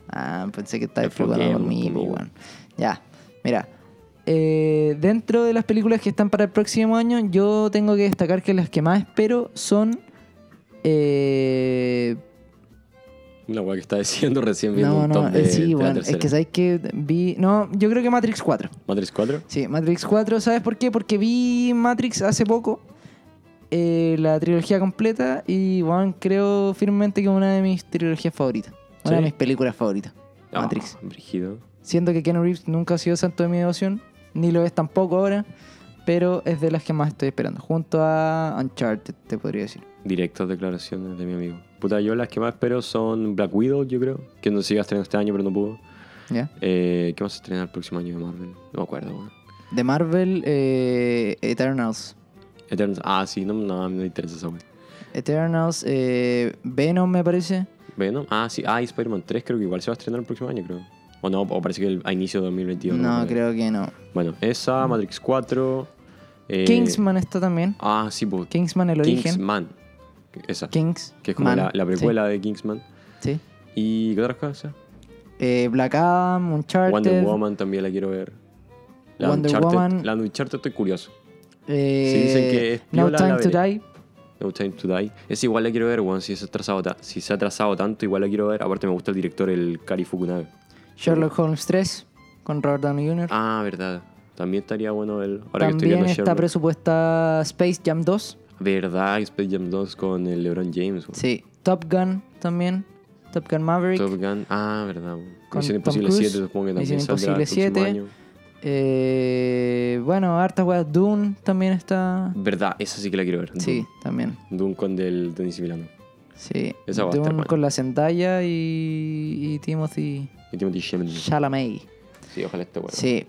S1: Ah, pensé que estabas
S2: Enfoquemos
S1: preocupado por mí,
S2: conmigo.
S1: pues, weón. Ya, mira. eh, dentro de las películas que están para el próximo año, yo tengo que destacar que las que más espero son. eh,
S2: Una weá que está diciendo recién viendo
S1: no,
S2: un
S1: no,
S2: top
S1: eh,
S2: de, de
S1: sí,
S2: la
S1: bueno, es
S2: tercera.
S1: que sabes que vi. No, yo creo que Matrix 4.
S2: ¿Matrix 4?
S1: Sí, Matrix 4, ¿sabes por qué? Porque vi Matrix hace poco, eh, la trilogía completa, y bueno, creo firmemente que es una de mis trilogías favoritas. Una de
S2: ¿Sí?
S1: mis películas favoritas.
S2: Ah,
S1: Matrix.
S2: brígido.
S1: Siento que Keanu Reeves nunca ha sido santo de mi devoción, ni lo es tampoco ahora, pero es de las que más estoy esperando. Junto a Uncharted, te podría decir.
S2: Directas declaraciones de mi amigo. Puta, yo las que más espero son Black Widow, yo creo. Que no se iba a estrenar este año, pero no pudo.
S1: ¿Ya?
S2: Eh, ¿Qué más a estrenar el próximo año de Marvel? No me acuerdo, weón.
S1: De Marvel, eh, Eternals.
S2: Eternals. Ah, sí, no, no, a mí no me interesa esa weá.
S1: Eternals, eh, Venom me parece.
S2: Venom. Ah, sí. Ah, y Spider-Man 3 creo que igual se va a estrenar el próximo año, creo. O no, o parece que el, a inicio de 2022.
S1: No,
S2: me acuerdo.
S1: creo que no.
S2: Bueno, esa, Matrix 4. eh,
S1: Kingsman está también.
S2: Ah, sí, pues.
S1: Kingsman, el origen.
S2: Kingsman. Esa.
S1: Kings.
S2: que es como
S1: Man,
S2: la, la
S1: sí,
S2: precuela de Kingsman.
S1: Sí.
S2: ¿Y qué otras cosas?
S1: Eh, Black Adam, Uncharted.
S2: Wonder Woman también la quiero ver. La
S1: Wonder
S2: Uncharted,
S1: Woman.
S2: La de Uncharted estoy curioso.
S1: eh,
S2: Sí, dicen que es
S1: No
S2: piola, la
S1: Time to
S2: veré.
S1: Die.
S2: No Time to Die. Esa igual la quiero ver, weón. Si, se ha atrasado ta- si se ha atrasado tanto, igual la quiero ver. Aparte me gusta el director, el Kari Fukunaga.
S1: Sherlock Holmes 3 con Robert Downey Jr.
S2: Ah, verdad. También estaría bueno el... Ahora que estoy
S1: También
S2: viendo
S1: está
S2: Sherlock.
S1: presupuesta Space Jam 2.
S2: Verdad, Space Jam 2 con el LeBron James. weón.
S1: Sí. Top Gun también. Top Gun Maverick.
S2: Top Gun. Ah, verdad. weón.
S1: Con
S2: Misión
S1: Tom
S2: Imposible
S1: Cruise.
S2: 7 supongo que
S1: Misión
S2: también saldrá
S1: Imposible
S2: el
S1: 7.
S2: próximo año.
S1: Eh, bueno, hartas weas. Dune también está.
S2: Verdad, esa sí que la quiero ver.
S1: Sí, también.
S2: Dune, Dune con del Denis Villeneuve.
S1: Sí.
S2: Esa va a estar
S1: Dune
S2: buena.
S1: con la Zendaya y, y Timothy
S2: Y Timothy Chalamet.
S1: Chalamet.
S2: Sí, ojalá esté bueno.
S1: Sí.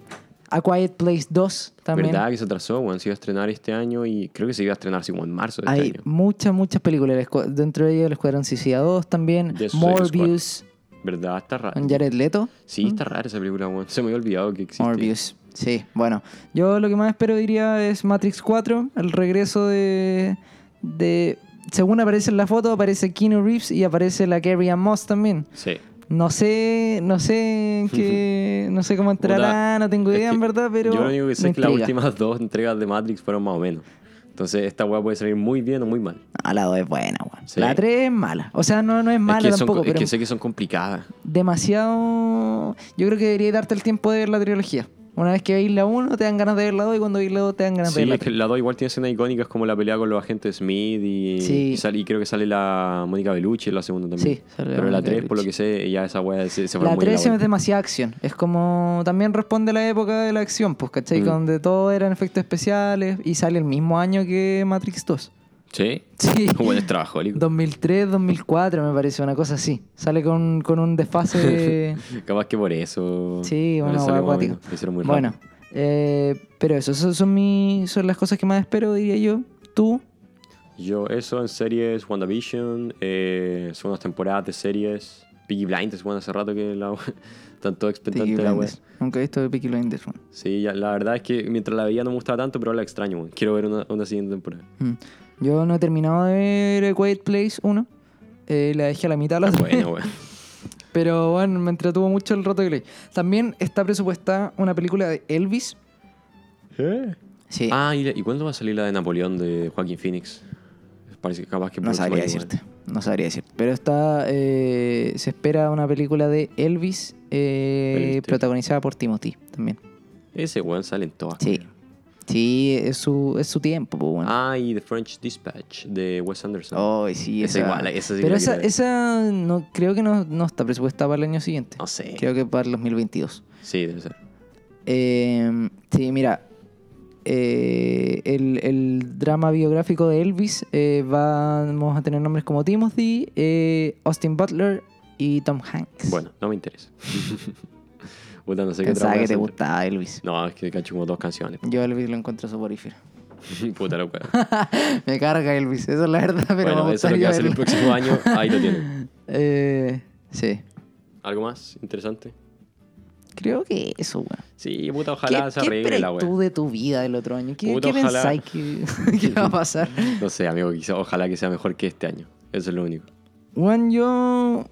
S1: A Quiet Place 2 también.
S2: Verdad que se atrasó, weón. Se iba a estrenar este año y creo que se iba a estrenar sí, como en marzo de
S1: Hay
S2: este año.
S1: muchas, muchas películas. El escua- Dentro de ellas, El Escuadrón Suicida 2 también.
S2: The Suicide
S1: Morbius.
S2: ¿Verdad? Está raro.
S1: Con Jared Leto.
S2: Sí, está rara esa película, weón. Se me había olvidado que existía.
S1: Morbius. Sí, bueno. Yo lo que más espero diría es Matrix 4. El regreso de... de según aparece en la foto, aparece Keanu Reeves y aparece la Carrie Ann Moss también.
S2: Sí.
S1: No sé, no sé en qué, no sé cómo entrará,
S2: Puta,
S1: no tengo
S2: es
S1: idea en
S2: que
S1: verdad, pero
S2: Yo lo único que sé
S1: me
S2: es que las
S1: intriga.
S2: últimas dos entregas de Matrix fueron más o menos. Entonces, esta weá puede salir muy bien o muy mal.
S1: No, la 2 es buena, weón.
S2: Sí.
S1: La 3 es mala. O sea, no, no es mala
S2: es que son
S1: tampoco,
S2: co- es
S1: pero
S2: que sé que son complicadas.
S1: demasiado. Yo creo que debería darte el tiempo de ver la trilogía. Una vez que veis la 1, te dan ganas de ver la 2 y cuando veis la 2 te dan ganas de
S2: Sí,
S1: ver la
S2: es que
S1: 3.
S2: la 2 igual tiene escenas icónicas como la pelea con los agentes Smith y,
S1: Sí.
S2: y sale- y creo que sale la Mónica Bellucci en la segunda también.
S1: Sí, sale la
S2: Pero la
S1: Mónica
S2: 3, por lo
S1: Bellucci.
S2: que sé, ya esa weá se, se fue
S1: La
S2: muy a
S1: 3 es
S2: vuelta.
S1: demasiada acción. Es como. También responde a la época de la acción, pues, ¿cachai?
S2: Mm.
S1: Donde todo eran efectos especiales y sale el mismo año que Matrix 2.
S2: Sí.
S1: Sí.
S2: Bueno, es trabajólico.
S1: 2003, 2004, me parece, una cosa así. Sale con, con un desfase. de-
S2: Capaz que por eso.
S1: Sí,
S2: no le
S1: una
S2: salió
S1: hueá
S2: como
S1: acuática.
S2: menos, lo hicieron muy
S1: Bueno,
S2: rápido.
S1: eh, pero eso, esas son, mis, son las cosas que más espero, diría yo. Tú,
S2: Yo, eso en series, WandaVision, eh, segundas temporadas de series. Peaky Blinders, bueno, hace rato que la están
S1: Peaky
S2: todos expectantes de la wea.
S1: Blinders. Nunca he visto Peaky Blinders. weón.
S2: Sí, ya, la verdad es que mientras la veía no me gustaba tanto, pero ahora la extraño, weón. Quiero ver una, una siguiente temporada.
S1: Mm. Yo no he terminado de ver A Quiet Place 1. Eh, la dejé a la mitad la otra vez.
S2: Bueno, weón.
S1: Pero bueno, me entretuvo mucho el rato que leí. También está presupuestada una película de Elvis. Sí.
S2: Ah, ¿y, y cuándo va a salir la de Napoleón de Joaquín Phoenix? Parece que capaz que...
S1: no sabría
S2: próximo año, weón.
S1: decirte. No sabría decirte. Pero está. eh, se espera una película de Elvis eh,
S2: Elvis, sí.
S1: protagonizada por Timothy también.
S2: Ese weón sale en todas.
S1: Sí.
S2: weón.
S1: Sí, es su, es su tiempo, pues bueno. Oh,
S2: Ah, y The French Dispatch de Wes Anderson.
S1: Ay, sí,
S2: Esa
S1: esa.
S2: igual, esa sí
S1: Pero
S2: la quiero
S1: esa,
S2: ver.
S1: esa no, creo que no, no está presupuestada para el año siguiente.
S2: No sé.
S1: Creo que para el 2022.
S2: Sí, debe ser.
S1: Eh, sí, mira. eh, el, el drama biográfico de Elvis eh, vamos a tener nombres como Timothy, eh, Austin Butler y Tom Hanks.
S2: Bueno, no me interesa. Puta, no sé qué otra
S1: Pensaba
S2: wea
S1: que te
S2: hacer.
S1: gustaba Elvis.
S2: No, es que cacho como dos canciones.
S1: Yo a Elvis lo encuentro soporífero.
S2: Puta la wea.
S1: Me carga Elvis, eso es la verdad, pero
S2: Bueno,
S1: me
S2: eso es lo que
S1: gustaría
S2: va a ser el
S1: verlo.
S2: próximo año. Ahí lo tienen.
S1: Eh, sí,
S2: ¿Algo más interesante?
S1: creo que eso, weón.
S2: Sí, puta, ojalá
S1: ¿Qué,
S2: se
S1: qué
S2: arregle la
S1: esperas
S2: wea.
S1: tú de tu vida del otro año? ¿Qué,
S2: Puta,
S1: qué
S2: ojalá.
S1: pensáis que, que va a pasar?
S2: No sé, amigo, quizá, ojalá que sea mejor que este año. Eso es lo único.
S1: Juan, yo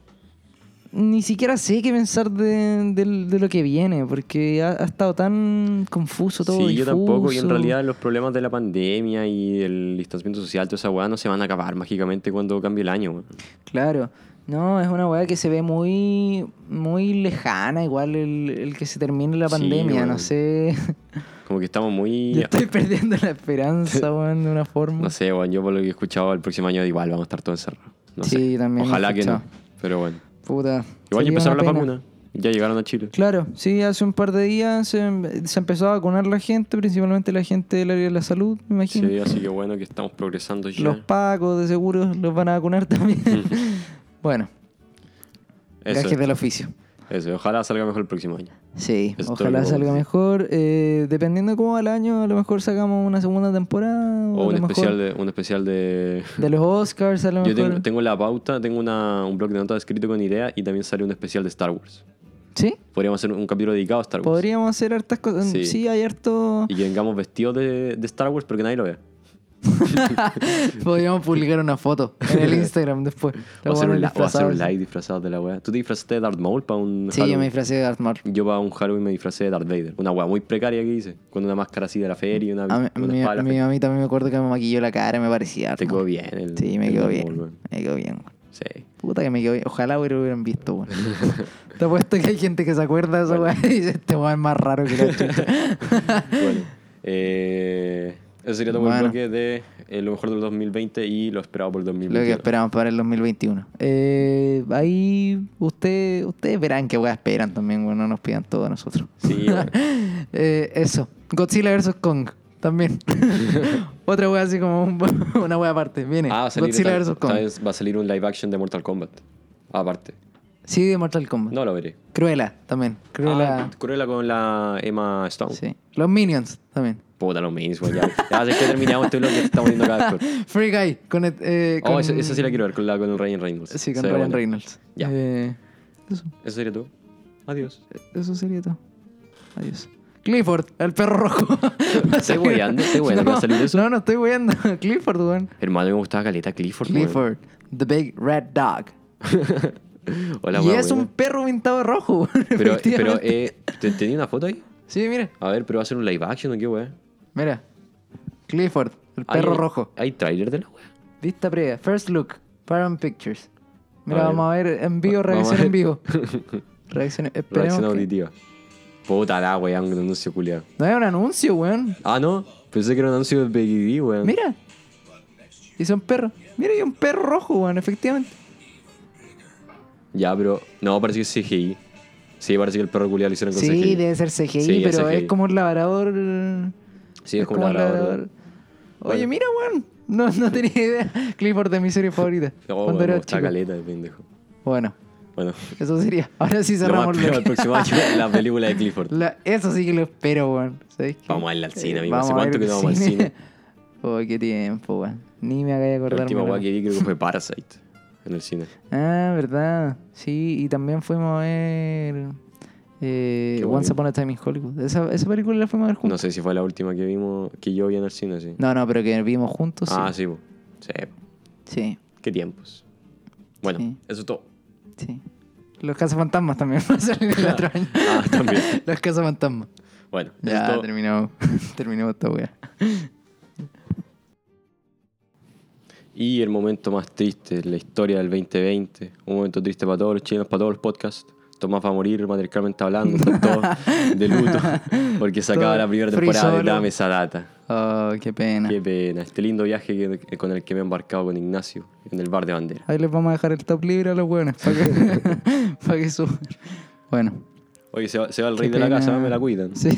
S1: ni siquiera sé qué pensar de, de- de lo que viene, porque ha, ha estado tan confuso todo.
S2: sí, yo tampoco. Y en
S1: difuso.
S2: realidad los problemas de la pandemia y el distanciamiento social, toda esa weá, no se van a acabar mágicamente cuando cambie el año. weón.
S1: Claro. No, es una weá que se ve muy, muy lejana, igual el, el que se termine la
S2: Sí,
S1: pandemia,
S2: weón.
S1: no sé.
S2: Como que estamos
S1: Yo
S2: muy...
S1: estoy perdiendo la esperanza, weón, de una forma.
S2: No sé, weón, yo por lo que he escuchado, el próximo año igual vamos a estar todos encerrados. No
S1: Sí,
S2: sé.
S1: también lo he
S2: Ojalá que no.
S1: escuchado.
S2: Pero bueno.
S1: Puta.
S2: Igual ya
S1: sería
S2: empezaron
S1: una
S2: las
S1: pena.
S2: vacunas. Ya llegaron a Chile.
S1: Claro, sí, hace un par de días se, se empezó a vacunar la gente, principalmente la gente del área de la salud, me imagino.
S2: Sí, así que bueno que estamos progresando ya.
S1: Los pacos de seguro los van a vacunar también. bueno,
S2: Mm. Eso,
S1: gajes del oficio.
S2: eso, ojalá salga mejor el próximo año.
S1: Sí,
S2: Eso es
S1: ojalá
S2: todo lo que puedo
S1: salga
S2: decir.
S1: mejor. Eh, dependiendo de cómo va el año, a lo mejor sacamos una segunda temporada.
S2: O
S1: a
S2: un
S1: lo
S2: especial,
S1: mejor
S2: de, un especial de...
S1: de... los Oscars, a lo
S2: Yo
S1: mejor.
S2: tengo, tengo la pauta, tengo una- un blog de notas escrito con ideas y también sale un especial de Star Wars.
S1: ¿Sí?
S2: Podríamos hacer un capítulo dedicado a Star Wars.
S1: Podríamos hacer hartas cosas.
S2: Sí.
S1: Sí, hay harto.
S2: Y que vengamos vestidos de, de Star Wars, pero que nadie lo vea.
S1: Podríamos publicar una foto en el Instagram después.
S2: O hacer, un,
S1: Los
S2: li- o hacer un
S1: disfrazados.
S2: live disfrazado de la wea. ¿Tú te disfrazaste de Darth Maul para un
S1: Sí, yo
S2: Halloween?
S1: me disfracé de Darth Maul.
S2: Yo para un Halloween me disfracé de Darth Vader. Una wea muy precaria que hice. Con una máscara así de la feria y una,
S1: A mí-
S2: una
S1: mi,
S2: espada de la
S1: mi
S2: feria.
S1: mamita me acuerdo que me maquilló la cara, me parecía. Darth
S2: Te quedó
S1: Maul.
S2: bien el
S1: Sí, me
S2: el
S1: quedó
S2: Darth Maul,
S1: bien.
S2: weón.
S1: Me quedó bien. weón.
S2: Sí.
S1: Puta que me quedó bien. Ojalá hubiera- hubieran visto, weón. Te apuesto que hay gente que se acuerda de esa weá y dice, este weón es más raro que la chucha.
S2: Bueno. eh, eso sería todo
S1: Bueno.
S2: el bloque de eh, lo mejor del 2020 y lo esperado por el
S1: Lo
S2: 2021.
S1: que esperamos para el 2021. Eh, ahí usted, ustedes verán qué weá esperan también, weón. No nos pidan todo a nosotros.
S2: Sí, bueno.
S1: Eh, eso. Godzilla vs. Kong. También. Otra weá así como un- una weá aparte. Viene.
S2: Ah, va a salir,
S1: Godzilla
S2: ¿sabes?
S1: vs. Kong.
S2: ¿sabes? Va a salir un live action de Mortal Kombat. Aparte.
S1: Sí, de Mortal Kombat.
S2: No lo veré.
S1: Cruella también. Cruella.
S2: Ah, Cruella con la Emma Stone.
S1: sí. Los Minions también.
S2: Puta, los mains, weón. Ya, ya sé que terminamos este bloque, estamos viendo cada actor.
S1: Free Guy. Con, et- eh,
S2: Oh,
S1: con-
S2: esa, esa sí la quiero ver con, la, con el Ryan Reynolds.
S1: Sí,
S2: Se
S1: con
S2: ve
S1: Ryan
S2: buena.
S1: Reynolds.
S2: Ya.
S1: Eh, eso,
S2: Eso sería todo. Adiós.
S1: eso sería todo. Adiós. Clifford, el perro rojo.
S2: Estoy hueveando, estoy hueveando, ¿va a salir eso?
S1: No, no estoy hueando. Clifford, weón.
S2: Hermano, me gustaba Caleta Clifford. weón.
S1: Clifford, the big red dog.
S2: Hola,
S1: y
S2: weón,
S1: es un
S2: weón.
S1: perro pintado de rojo, weón,
S2: Pero, pero
S1: efectivamente.
S2: eh, ¿te- ¿tenía una foto ahí?
S1: Sí, mira,
S2: A ver, pero va a ser un live action o qué, weón.
S1: mira. Clifford, el
S2: Hay-
S1: perro rojo.
S2: ¿Hay trailer de la weón?
S1: Vista previa, first look, Paramount Pictures. Mira,
S2: A ver.
S1: vamos a ver en vivo,
S2: Va- vamos a
S1: reacción en
S2: ver.
S1: vivo. Reacción, esperemos.
S2: Reacción
S1: que-
S2: auditiva. Puta la weón, un anuncio culiado.
S1: No hay un anuncio, weón.
S2: Ah, no. Pensé que era un anuncio de Peggy D, weón.
S1: Mira. Y son perros. Mira, hay un perro rojo, weón, efectivamente.
S2: Ya, pero. No, parece que es CGI. Sí, parece que el perro culiado lo hicieron con
S1: Sí,
S2: CGI.
S1: debe ser CGI,
S2: Sí, es
S1: pero
S2: CGI.
S1: es como un labrador.
S2: Sí, es como un labrador.
S1: Oye,
S2: Bueno.
S1: mira, weón. No, no tenía idea. Clifford de mi serie favorita.
S2: Oh,
S1: cuando
S2: weón,
S1: era
S2: me gusta
S1: chico.
S2: Caleta, de pendejo.
S1: Bueno,
S2: Bueno.
S1: eso sería. Ahora sí
S2: Lo más
S1: cerramos
S2: esperado
S1: lo
S2: el próximo año la película de Clifford.
S1: La- eso sí que lo espero, weón. ¿Sabes qué?
S2: Vamos a ir al cine,
S1: Eh,
S2: amigo. ¿Hace
S1: vamos a
S2: cuánto
S1: ir
S2: que no vamos al cine?
S1: Oh, qué tiempo, weón. Ni me hagáis
S2: La
S1: acordarme.
S2: última weá
S1: weón.
S2: que vi creo que fue Parasite. en el cine.
S1: Ah, verdad. Sí, y también fuimos a ver eh,
S2: Qué
S1: Once
S2: bonito.
S1: Upon a Time in Hollywood. Esa, esa película la fuimos a ver
S2: No
S1: juntos.
S2: sé si fue la última que vimos, que yo vi en el cine, sí.
S1: No, no, pero que vimos juntos. Sí.
S2: ah, sí. po. Sí.
S1: Sí,
S2: Qué tiempos. Bueno,
S1: Sí.
S2: eso es todo.
S1: sí. Los cazafantasmas también van a salir el otro año.
S2: Ah, también.
S1: Los cazafantasmas.
S2: Bueno, eso es
S1: Ya,
S2: todo.
S1: terminamos. terminamos esta wea.
S2: Y el momento más triste, la historia del 2020. Un momento triste para todos los chilenos, para todos los podcasts. Tomás va a morir, Madre Carmen está hablando, están todos de luto. Porque se acaba
S1: Todo
S2: la primera
S1: free
S2: temporada de
S1: solo.
S2: La Mesa Data.
S1: Oh, qué pena.
S2: Qué pena. Este lindo viaje que- con el que me he embarcado con Ignacio en el bar de bandera.
S1: Ahí les vamos a dejar el top libre a los hueones para que, pa' que suban. Bueno.
S2: Oye, se va, se va el
S1: Qué
S2: rey de la
S1: pena.
S2: casa, me la cuidan.
S1: Sí.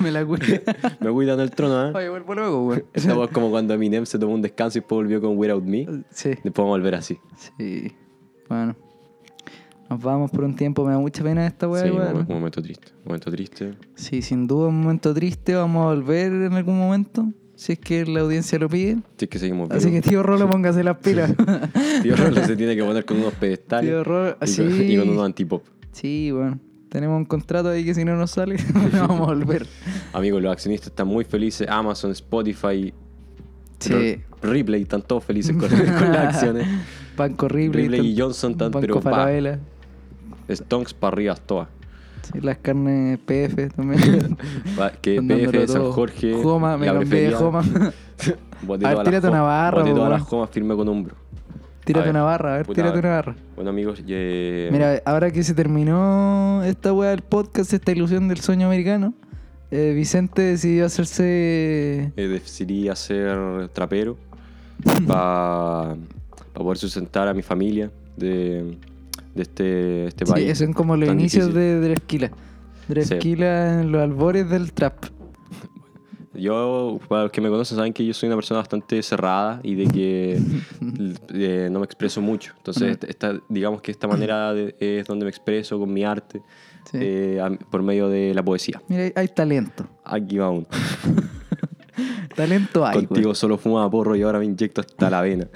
S1: Me la cuida.
S2: Me cuidan el trono, ¿eh?
S1: Oye, vuelvo luego, weón.
S2: Esta voz como cuando Eminem se tomó un descanso y después volvió con Without Me.
S1: Sí.
S2: Después vamos a volver así.
S1: Sí. Bueno. Nos vamos por un tiempo. Me da mucha pena esta weá
S2: Sí,
S1: igual.
S2: un momento triste. Un momento triste.
S1: Sí, sin duda un momento triste. Vamos a volver en algún momento. Si es que la audiencia lo pide.
S2: Así que seguimos
S1: Así que
S2: vivos.
S1: tío Rolo, póngase las pilas.
S2: Tío Rolo se tiene que poner con unos pedestales
S1: Tío Rolo,
S2: y, con,
S1: sí.
S2: y con unos antipop.
S1: sí, bueno. Tenemos un contrato ahí que si no nos sale, no vamos a volver.
S2: Amigos, los accionistas están muy felices. Amazon, Spotify,
S1: Sí.
S2: Re- Ripley están todos felices con, con las acciones.
S1: Banco horrible.
S2: Ripley y Johnson tan-
S1: Banco
S2: pero va.
S1: Falabella.
S2: Stonks para arriba todas.
S1: Sí, las carnes PF también.
S2: Va- Que
S1: Mandándolo
S2: PF, San
S1: todo.
S2: Jorge.
S1: Joma, me
S2: la
S1: cambié de
S2: preferida.
S1: Joma.
S2: Boté
S1: A ver,
S2: todas las
S1: tírate una
S2: jomas-
S1: barra,
S2: Boté
S1: po,
S2: todas
S1: weón.
S2: las jomas firme con hombro.
S1: tírate
S2: ver,
S1: una barra, a ver,
S2: puta,
S1: tírate
S2: a
S1: una
S2: ver.
S1: barra.
S2: Bueno, amigos, y, eh,
S1: Mira, ahora que se terminó esta weá del podcast, esta ilusión del sueño americano, eh, Vicente decidió hacerse.
S2: eh, decidí hacer trapero para poder sustentar a mi familia de, de este, este
S1: Sí,
S2: país.
S1: eso son como los
S2: tan
S1: inicios
S2: difícil.
S1: de, de la esquila. De la
S2: Sí.
S1: esquila en los albores del trap.
S2: Yo, para los que me conocen, saben que yo soy una persona bastante cerrada y de que l- eh, no me expreso mucho. Entonces, esta- esta- digamos que esta manera de- es donde me expreso con mi arte
S1: Sí.
S2: eh, a- por medio de la poesía.
S1: Mira, hay- hay talento.
S2: Aquí va uno.
S1: Talento hay. weón.
S2: Contigo solo fumaba porro y ahora me inyecto hasta la vena.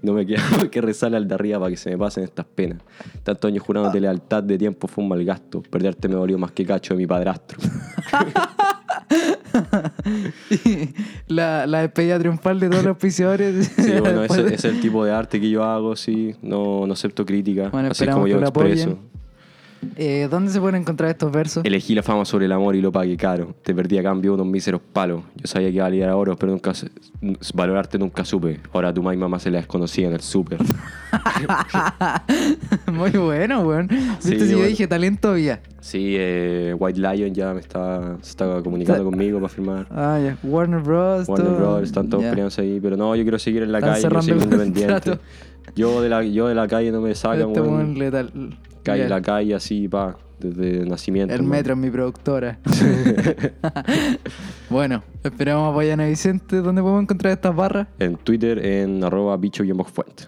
S2: No me queda más que rezarle al de arriba para que se me pasen estas penas. Tantos años jurándote lealtad de tiempo fue un mal gasto. Perderte me dolió más que cacho de mi padrastro.
S1: la, la despedida triunfal de todos los auspiciadores.
S2: Sí, bueno, ese,
S1: Después de-
S2: ese es el tipo de arte que yo hago, sí. No, no acepto crítica.
S1: Bueno,
S2: así es
S1: esperamos
S2: como yo
S1: que lo
S2: me expreso.
S1: apoyen. Eh, ¿Dónde se pueden encontrar estos versos?
S2: Elegí la fama sobre el amor y lo pagué caro. Te perdí a cambio de unos míseros palos. Yo sabía que valía oro, pero nunca se- valorarte nunca supe. Ahora tu mamá y mamá se la desconocía en el súper.
S1: Muy bueno, weón.
S2: Sí,
S1: Viste, si yo
S2: bueno.
S1: dije talento había.
S2: Sí, eh, White Lion ya me está, se está comunicando
S1: Está-
S2: conmigo para firmar.
S1: Ah, ya. Warner Bros.
S2: Warner
S1: todo.
S2: Brothers, están todos
S1: Ya.
S2: peleándose ahí, pero no, yo quiero seguir en la
S1: Están
S2: calle, quiero
S1: cerrando
S2: seguir
S1: el
S2: independiente.
S1: contrato.
S2: Yo de, la, yo de la calle no me sacan,
S1: Este
S2: Ah, weón.
S1: weón letal.
S2: Calle,
S1: Ya.
S2: la calle, así, pa, desde nacimiento.
S1: El
S2: weón.
S1: metro es mi productora. bueno, esperamos apoyan a Vicente. ¿Dónde podemos encontrar estas barras?
S2: En Twitter, en arroba bicho-fuente.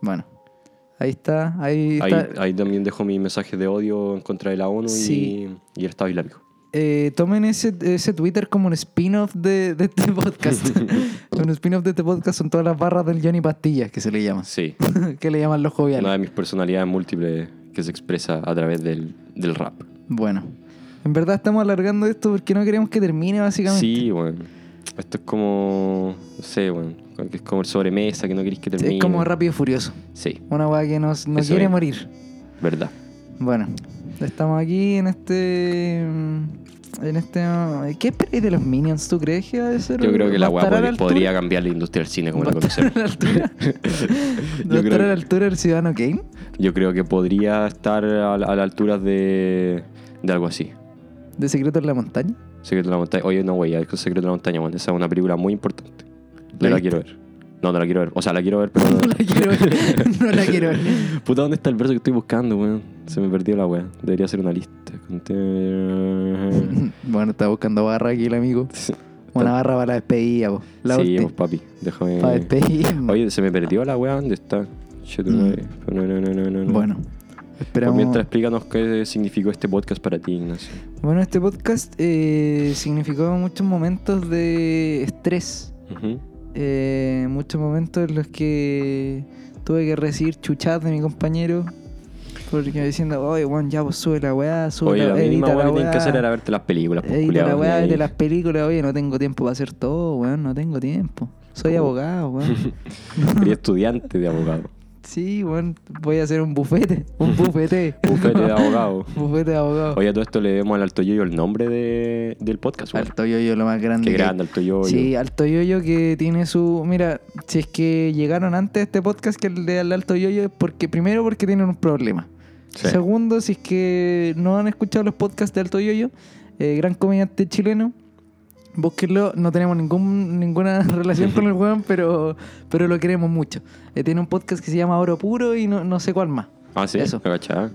S1: Bueno, ahí está. Ahí
S2: Ahí,
S1: está.
S2: ahí también dejo mi mensaje de odio en contra de la ONU y-
S1: Sí.
S2: y, el Estado Islámico.
S1: Eh, tomen ese, ese Twitter como un spin-off de, de este podcast. un spin-off de este podcast son todas las barras del Johnny Pastillas, que se le llama.
S2: Sí,
S1: que le llaman los
S2: una
S1: joviales.
S2: de mis personalidades múltiples que se expresa a través del, del rap.
S1: Bueno, en verdad estamos alargando esto porque no queremos que termine, básicamente.
S2: Sí, bueno. Esto es como, no sé, bueno, es como el sobremesa que no querés que
S1: Sí,
S2: termine.
S1: es como rápido y furioso.
S2: Sí,
S1: Una weá que nos, no
S2: Eso
S1: quiere
S2: mismo.
S1: morir.
S2: verdad.
S1: Bueno, estamos aquí en este. En este. ¿Qué esperáis de los Minions? ¿Tú crees que va a ser?
S2: Yo creo que la
S1: va a
S2: weá
S1: estar a
S2: podría, podría
S1: altura?
S2: cambiar la industria del cine como
S1: ¿Va
S2: la
S1: a estar
S2: conocemos.
S1: a la altura? ¿Va a
S2: Yo creo
S1: estar a la
S2: que-
S1: altura del Ciudadano Kane?
S2: Yo creo que podría estar a, la- a la altura de, de algo así.
S1: ¿De Secreto en la Montaña?
S2: Secreto de la Montaña. Oye, no, güey, es que Secreto de la Montaña, bueno, esa es una película muy importante.
S1: ¿La
S2: No la
S1: viste?
S2: quiero ver. No, no la quiero ver. O sea, la quiero ver, pero no.
S1: No la quiero ver. No la quiero ver.
S2: Puta, ¿dónde está el verso que estoy buscando, weón? Se me perdió la weá. Debería ser una lista. Conte-
S1: Bueno, está buscando barra aquí el amigo. Una barra para la despedida, po. La
S2: sí,
S1: última.
S2: pues, papi. Déjame.
S1: Para despedirme.
S2: Eh,
S1: Mm.
S2: Oye, se me perdió la weá. ¿Dónde está? Che, tu madre. No, no, no, no, no, no.
S1: Bueno,
S2: Por
S1: esperamos.
S2: mientras explícanos qué significó este podcast para ti, Ignacio.
S1: Bueno, este podcast eh, significó muchos momentos de estrés.
S2: Ujú.
S1: eh, muchos momentos en los que Tuve que recibir chuchadas de mi compañero. Porque me diciendo, oye, Juan, ya pues sube la weá, sube
S2: Oye,
S1: la
S2: la
S1: edita
S2: mínima weá
S1: la
S2: que tienen que
S1: weá,
S2: hacer era verte las películas. pues,
S1: edita la
S2: culiao,
S1: weá,
S2: y-
S1: de las películas, oye, no tengo tiempo para hacer todo, weón, no tengo tiempo. Soy abogado, weón.
S2: Sería estudiante de abogado.
S1: Sí, weón, voy a hacer un bufete, un bufete.
S2: Bufete de abogado.
S1: bufete de abogado.
S2: Oye, a todo esto le debemos al Alto Yoyo el nombre de- del podcast. weón.
S1: Alto Yoyo, lo más grande.
S2: Qué
S1: que-
S2: grande, Alto Yoyo.
S1: Sí, Alto Yoyo que tiene su. Mira, si es que llegaron antes de este podcast que el de al Alto Yoyo, es porque, primero porque tienen un problema.
S2: Sí.
S1: Segundo, si es que no han escuchado los podcasts de Alto Yoyo, eh, gran comediante chileno. Búsquenlo, no tenemos ningún, ninguna relación con el weón, pero, pero lo queremos mucho. Eh, tiene un podcast que se llama Oro Puro y no, no sé cuál más.
S2: Ah, sí,
S1: Eso.
S2: ¿Me cachaba?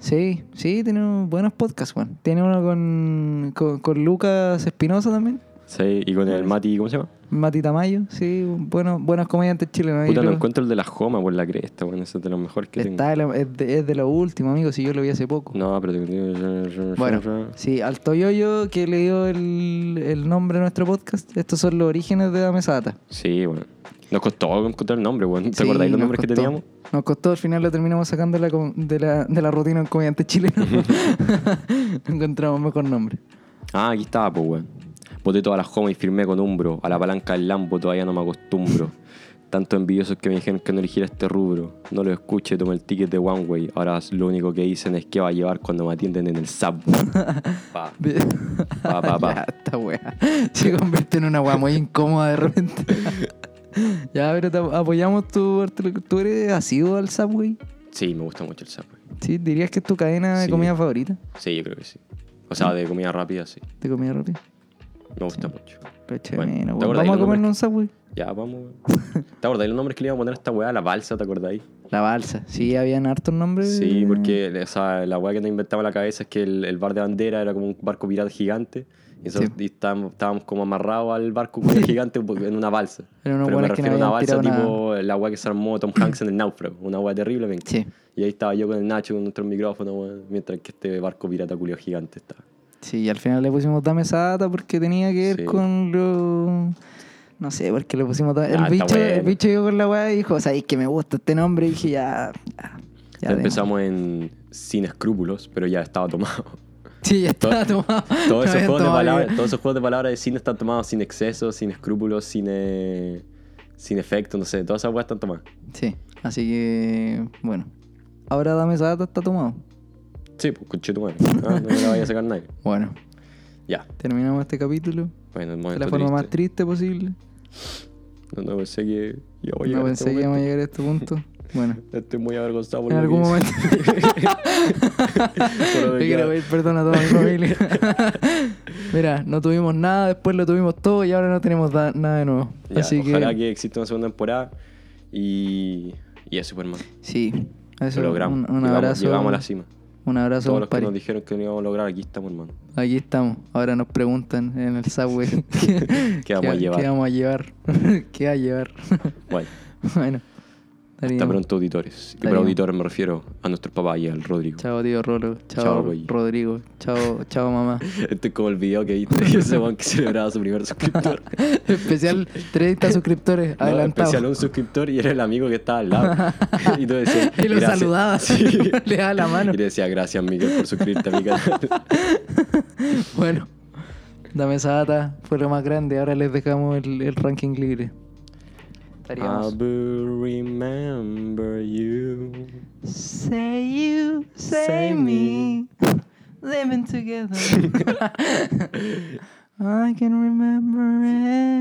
S1: Sí, sí, tiene un- buenos podcasts, weón. Tiene uno con, con, con Lucas Espinosa también.
S2: Sí, y con el Mati, ¿cómo se llama?
S1: Mati Tamayo, sí, bueno, buenos comediantes chilenos. Yo
S2: Puta, no
S1: creo-
S2: encuentro el de la Joma por la cresta, bueno, ese es de los mejores que tengo. Mm,
S1: Está de la- es, de, es de lo último, amigo, si yo lo vi hace poco.
S2: No, pero te
S1: Bueno, sí, al Toyoyo que le dio el, el nombre a nuestro podcast, estos son los orígenes de la mesata.
S2: Sí, bueno. Nos costó encontrar el nombre, bueno. ¿Te acordáis los nombres que teníamos?
S1: Nos costó, al final lo terminamos sacando de la, com- de la, de la rutina en comediante chileno. Encontramos mejor nombre.
S2: Ah, aquí estaba, pues, weón. Boté toda la joma y firmé con Umbro. A la palanca del Lambo todavía no me acostumbro. Tanto envidiosos que me dijeron que no eligiera este rubro. No lo escuché, tomé el ticket de One Way. Ahora lo único que dicen es que va a llevar cuando me atienden en el subway. Pa, pa, pa, pa.
S1: Ya, esta wea se convierte en una wea muy incómoda de repente. ya, pero te ap- apoyamos tu. ¿Tú eres asiduo al Subway?
S2: Sí, me gusta mucho el subway.
S1: ¿Sí? ¿Dirías que es tu cadena de
S2: Sí.
S1: comida favorita?
S2: Sí, yo creo que sí. O sea, de comida rápida, sí.
S1: ¿De comida rápida?
S2: Me gusta mucho.
S1: Pero che,
S2: Bueno,
S1: menos,
S2: ¿te
S1: weón.
S2: acordáis
S1: Vamos a
S2: los
S1: comernos
S2: nombres?
S1: un Subway.
S2: Ya, vamos. weón. ¿Te acordáis los nombres que le iba a poner a esta weá? La balsa, ¿te acordáis?
S1: La balsa. Sí, habían hartos nombres.
S2: Sí, porque o sea, la weá que nos inventaba en la cabeza es que el, el bar de bandera era como un barco pirata gigante. Y, nosotros-
S1: Sí.
S2: y estábamos, estábamos como amarrados al barco con el gigante en una balsa.
S1: Eran unos
S2: Pero me
S1: weones que
S2: refiero a
S1: no
S2: una
S1: habían
S2: balsa
S1: tirado
S2: tipo la weá que se armó Tom Hanks en el náufrago. Una weá terrible, venga.
S1: Sí.
S2: Y ahí estaba yo con el Nacho con nuestro micrófono, weón, mientras que este barco pirata culio gigante estaba.
S1: Sí, y al final le pusimos Dame Sata porque tenía que ver
S2: Sí.
S1: con lo. No sé, porque le pusimos Dame-
S2: Ah,
S1: el,
S2: está
S1: bicho, el
S2: bueno.
S1: bicho llegó con la weá y dijo, sabéis que me gusta este nombre. Y dije, ya. ya, ya
S2: Entonces
S1: demos.
S2: empezamos en Sin Escrúpulos, pero ya estaba tomado.
S1: Sí, ya estaba
S2: Todo-
S1: tomado.
S2: Todos esos,
S1: Habían
S2: juegos de
S1: tomado
S2: palabras,
S1: ya.
S2: todos esos juegos de palabras de cine están tomados sin exceso, sin escrúpulos, sin, eh, sin efecto, no sé. Todas esas weas están tomadas.
S1: Sí, así que. Bueno. Ahora Dame Sata está tomado.
S2: Sí, pues conchito madre. Ah, no me la vaya a sacar nadie.
S1: Bueno,
S2: Ya.
S1: terminamos este capítulo
S2: Bueno, el
S1: de
S2: momento
S1: la forma más
S2: triste.
S1: triste posible.
S2: No, no pensé que yo voy a llegar
S1: No
S2: a
S1: pensé
S2: este
S1: que íbamos a
S2: momento.
S1: llegar a este punto. Bueno,
S2: Estoy muy avergonzado por
S1: en
S2: lo
S1: algún
S2: que
S1: momento.
S2: hice. Solo
S1: Yo
S2: me
S1: quiero
S2: queda-
S1: pedir perdón a toda mi familia. Mira, no tuvimos nada, después lo tuvimos todo y ahora no tenemos da- nada de nuevo.
S2: Ya,
S1: Así
S2: ojalá
S1: que,
S2: que... exista una segunda temporada y, y eso, Superman.
S1: Sí, eso.
S2: Lo logramos.
S1: Un, un
S2: Llegamos-
S1: abrazo.
S2: Llegamos a la cima.
S1: Un abrazo,
S2: Todos los que
S1: compadre.
S2: nos dijeron que lo íbamos a lograr, aquí estamos, hermano.
S1: Aquí estamos. Ahora nos preguntan en el subway. ¿Qué,
S2: vamos a llevar?
S1: ¿Qué vamos a llevar? ¿Qué va a llevar?
S2: Bueno.
S1: bueno.
S2: Hasta
S1: estaríamos.
S2: pronto, auditores. Y por
S1: Estaríamos.
S2: auditores me refiero a nuestro papá y al Rodrigo.
S1: Chao, tío Rolo. Chao,
S2: Chao, güey.
S1: Rodrigo. Chao, chao, mamá.
S2: Este es como el video que viste de ese weón que celebraba su primer suscriptor.
S1: Especial 30 suscriptores
S2: No,
S1: adelantados.
S2: especial un suscriptor y era el amigo que estaba al lado. y tú decías,
S1: Y lo
S2: "Gracias".
S1: saludaba,
S2: Sí.
S1: le daba la mano.
S2: Y le decía, gracias, Miguel, por suscribirte a mi canal.
S1: Bueno, dame esa data, fue lo más grande. Ahora les dejamos el, el ranking libre.
S2: Ah,
S1: Estaríamos.
S2: I will remember you.
S1: Say you,
S2: say Say me.
S1: living together. I can remember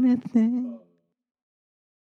S1: anything.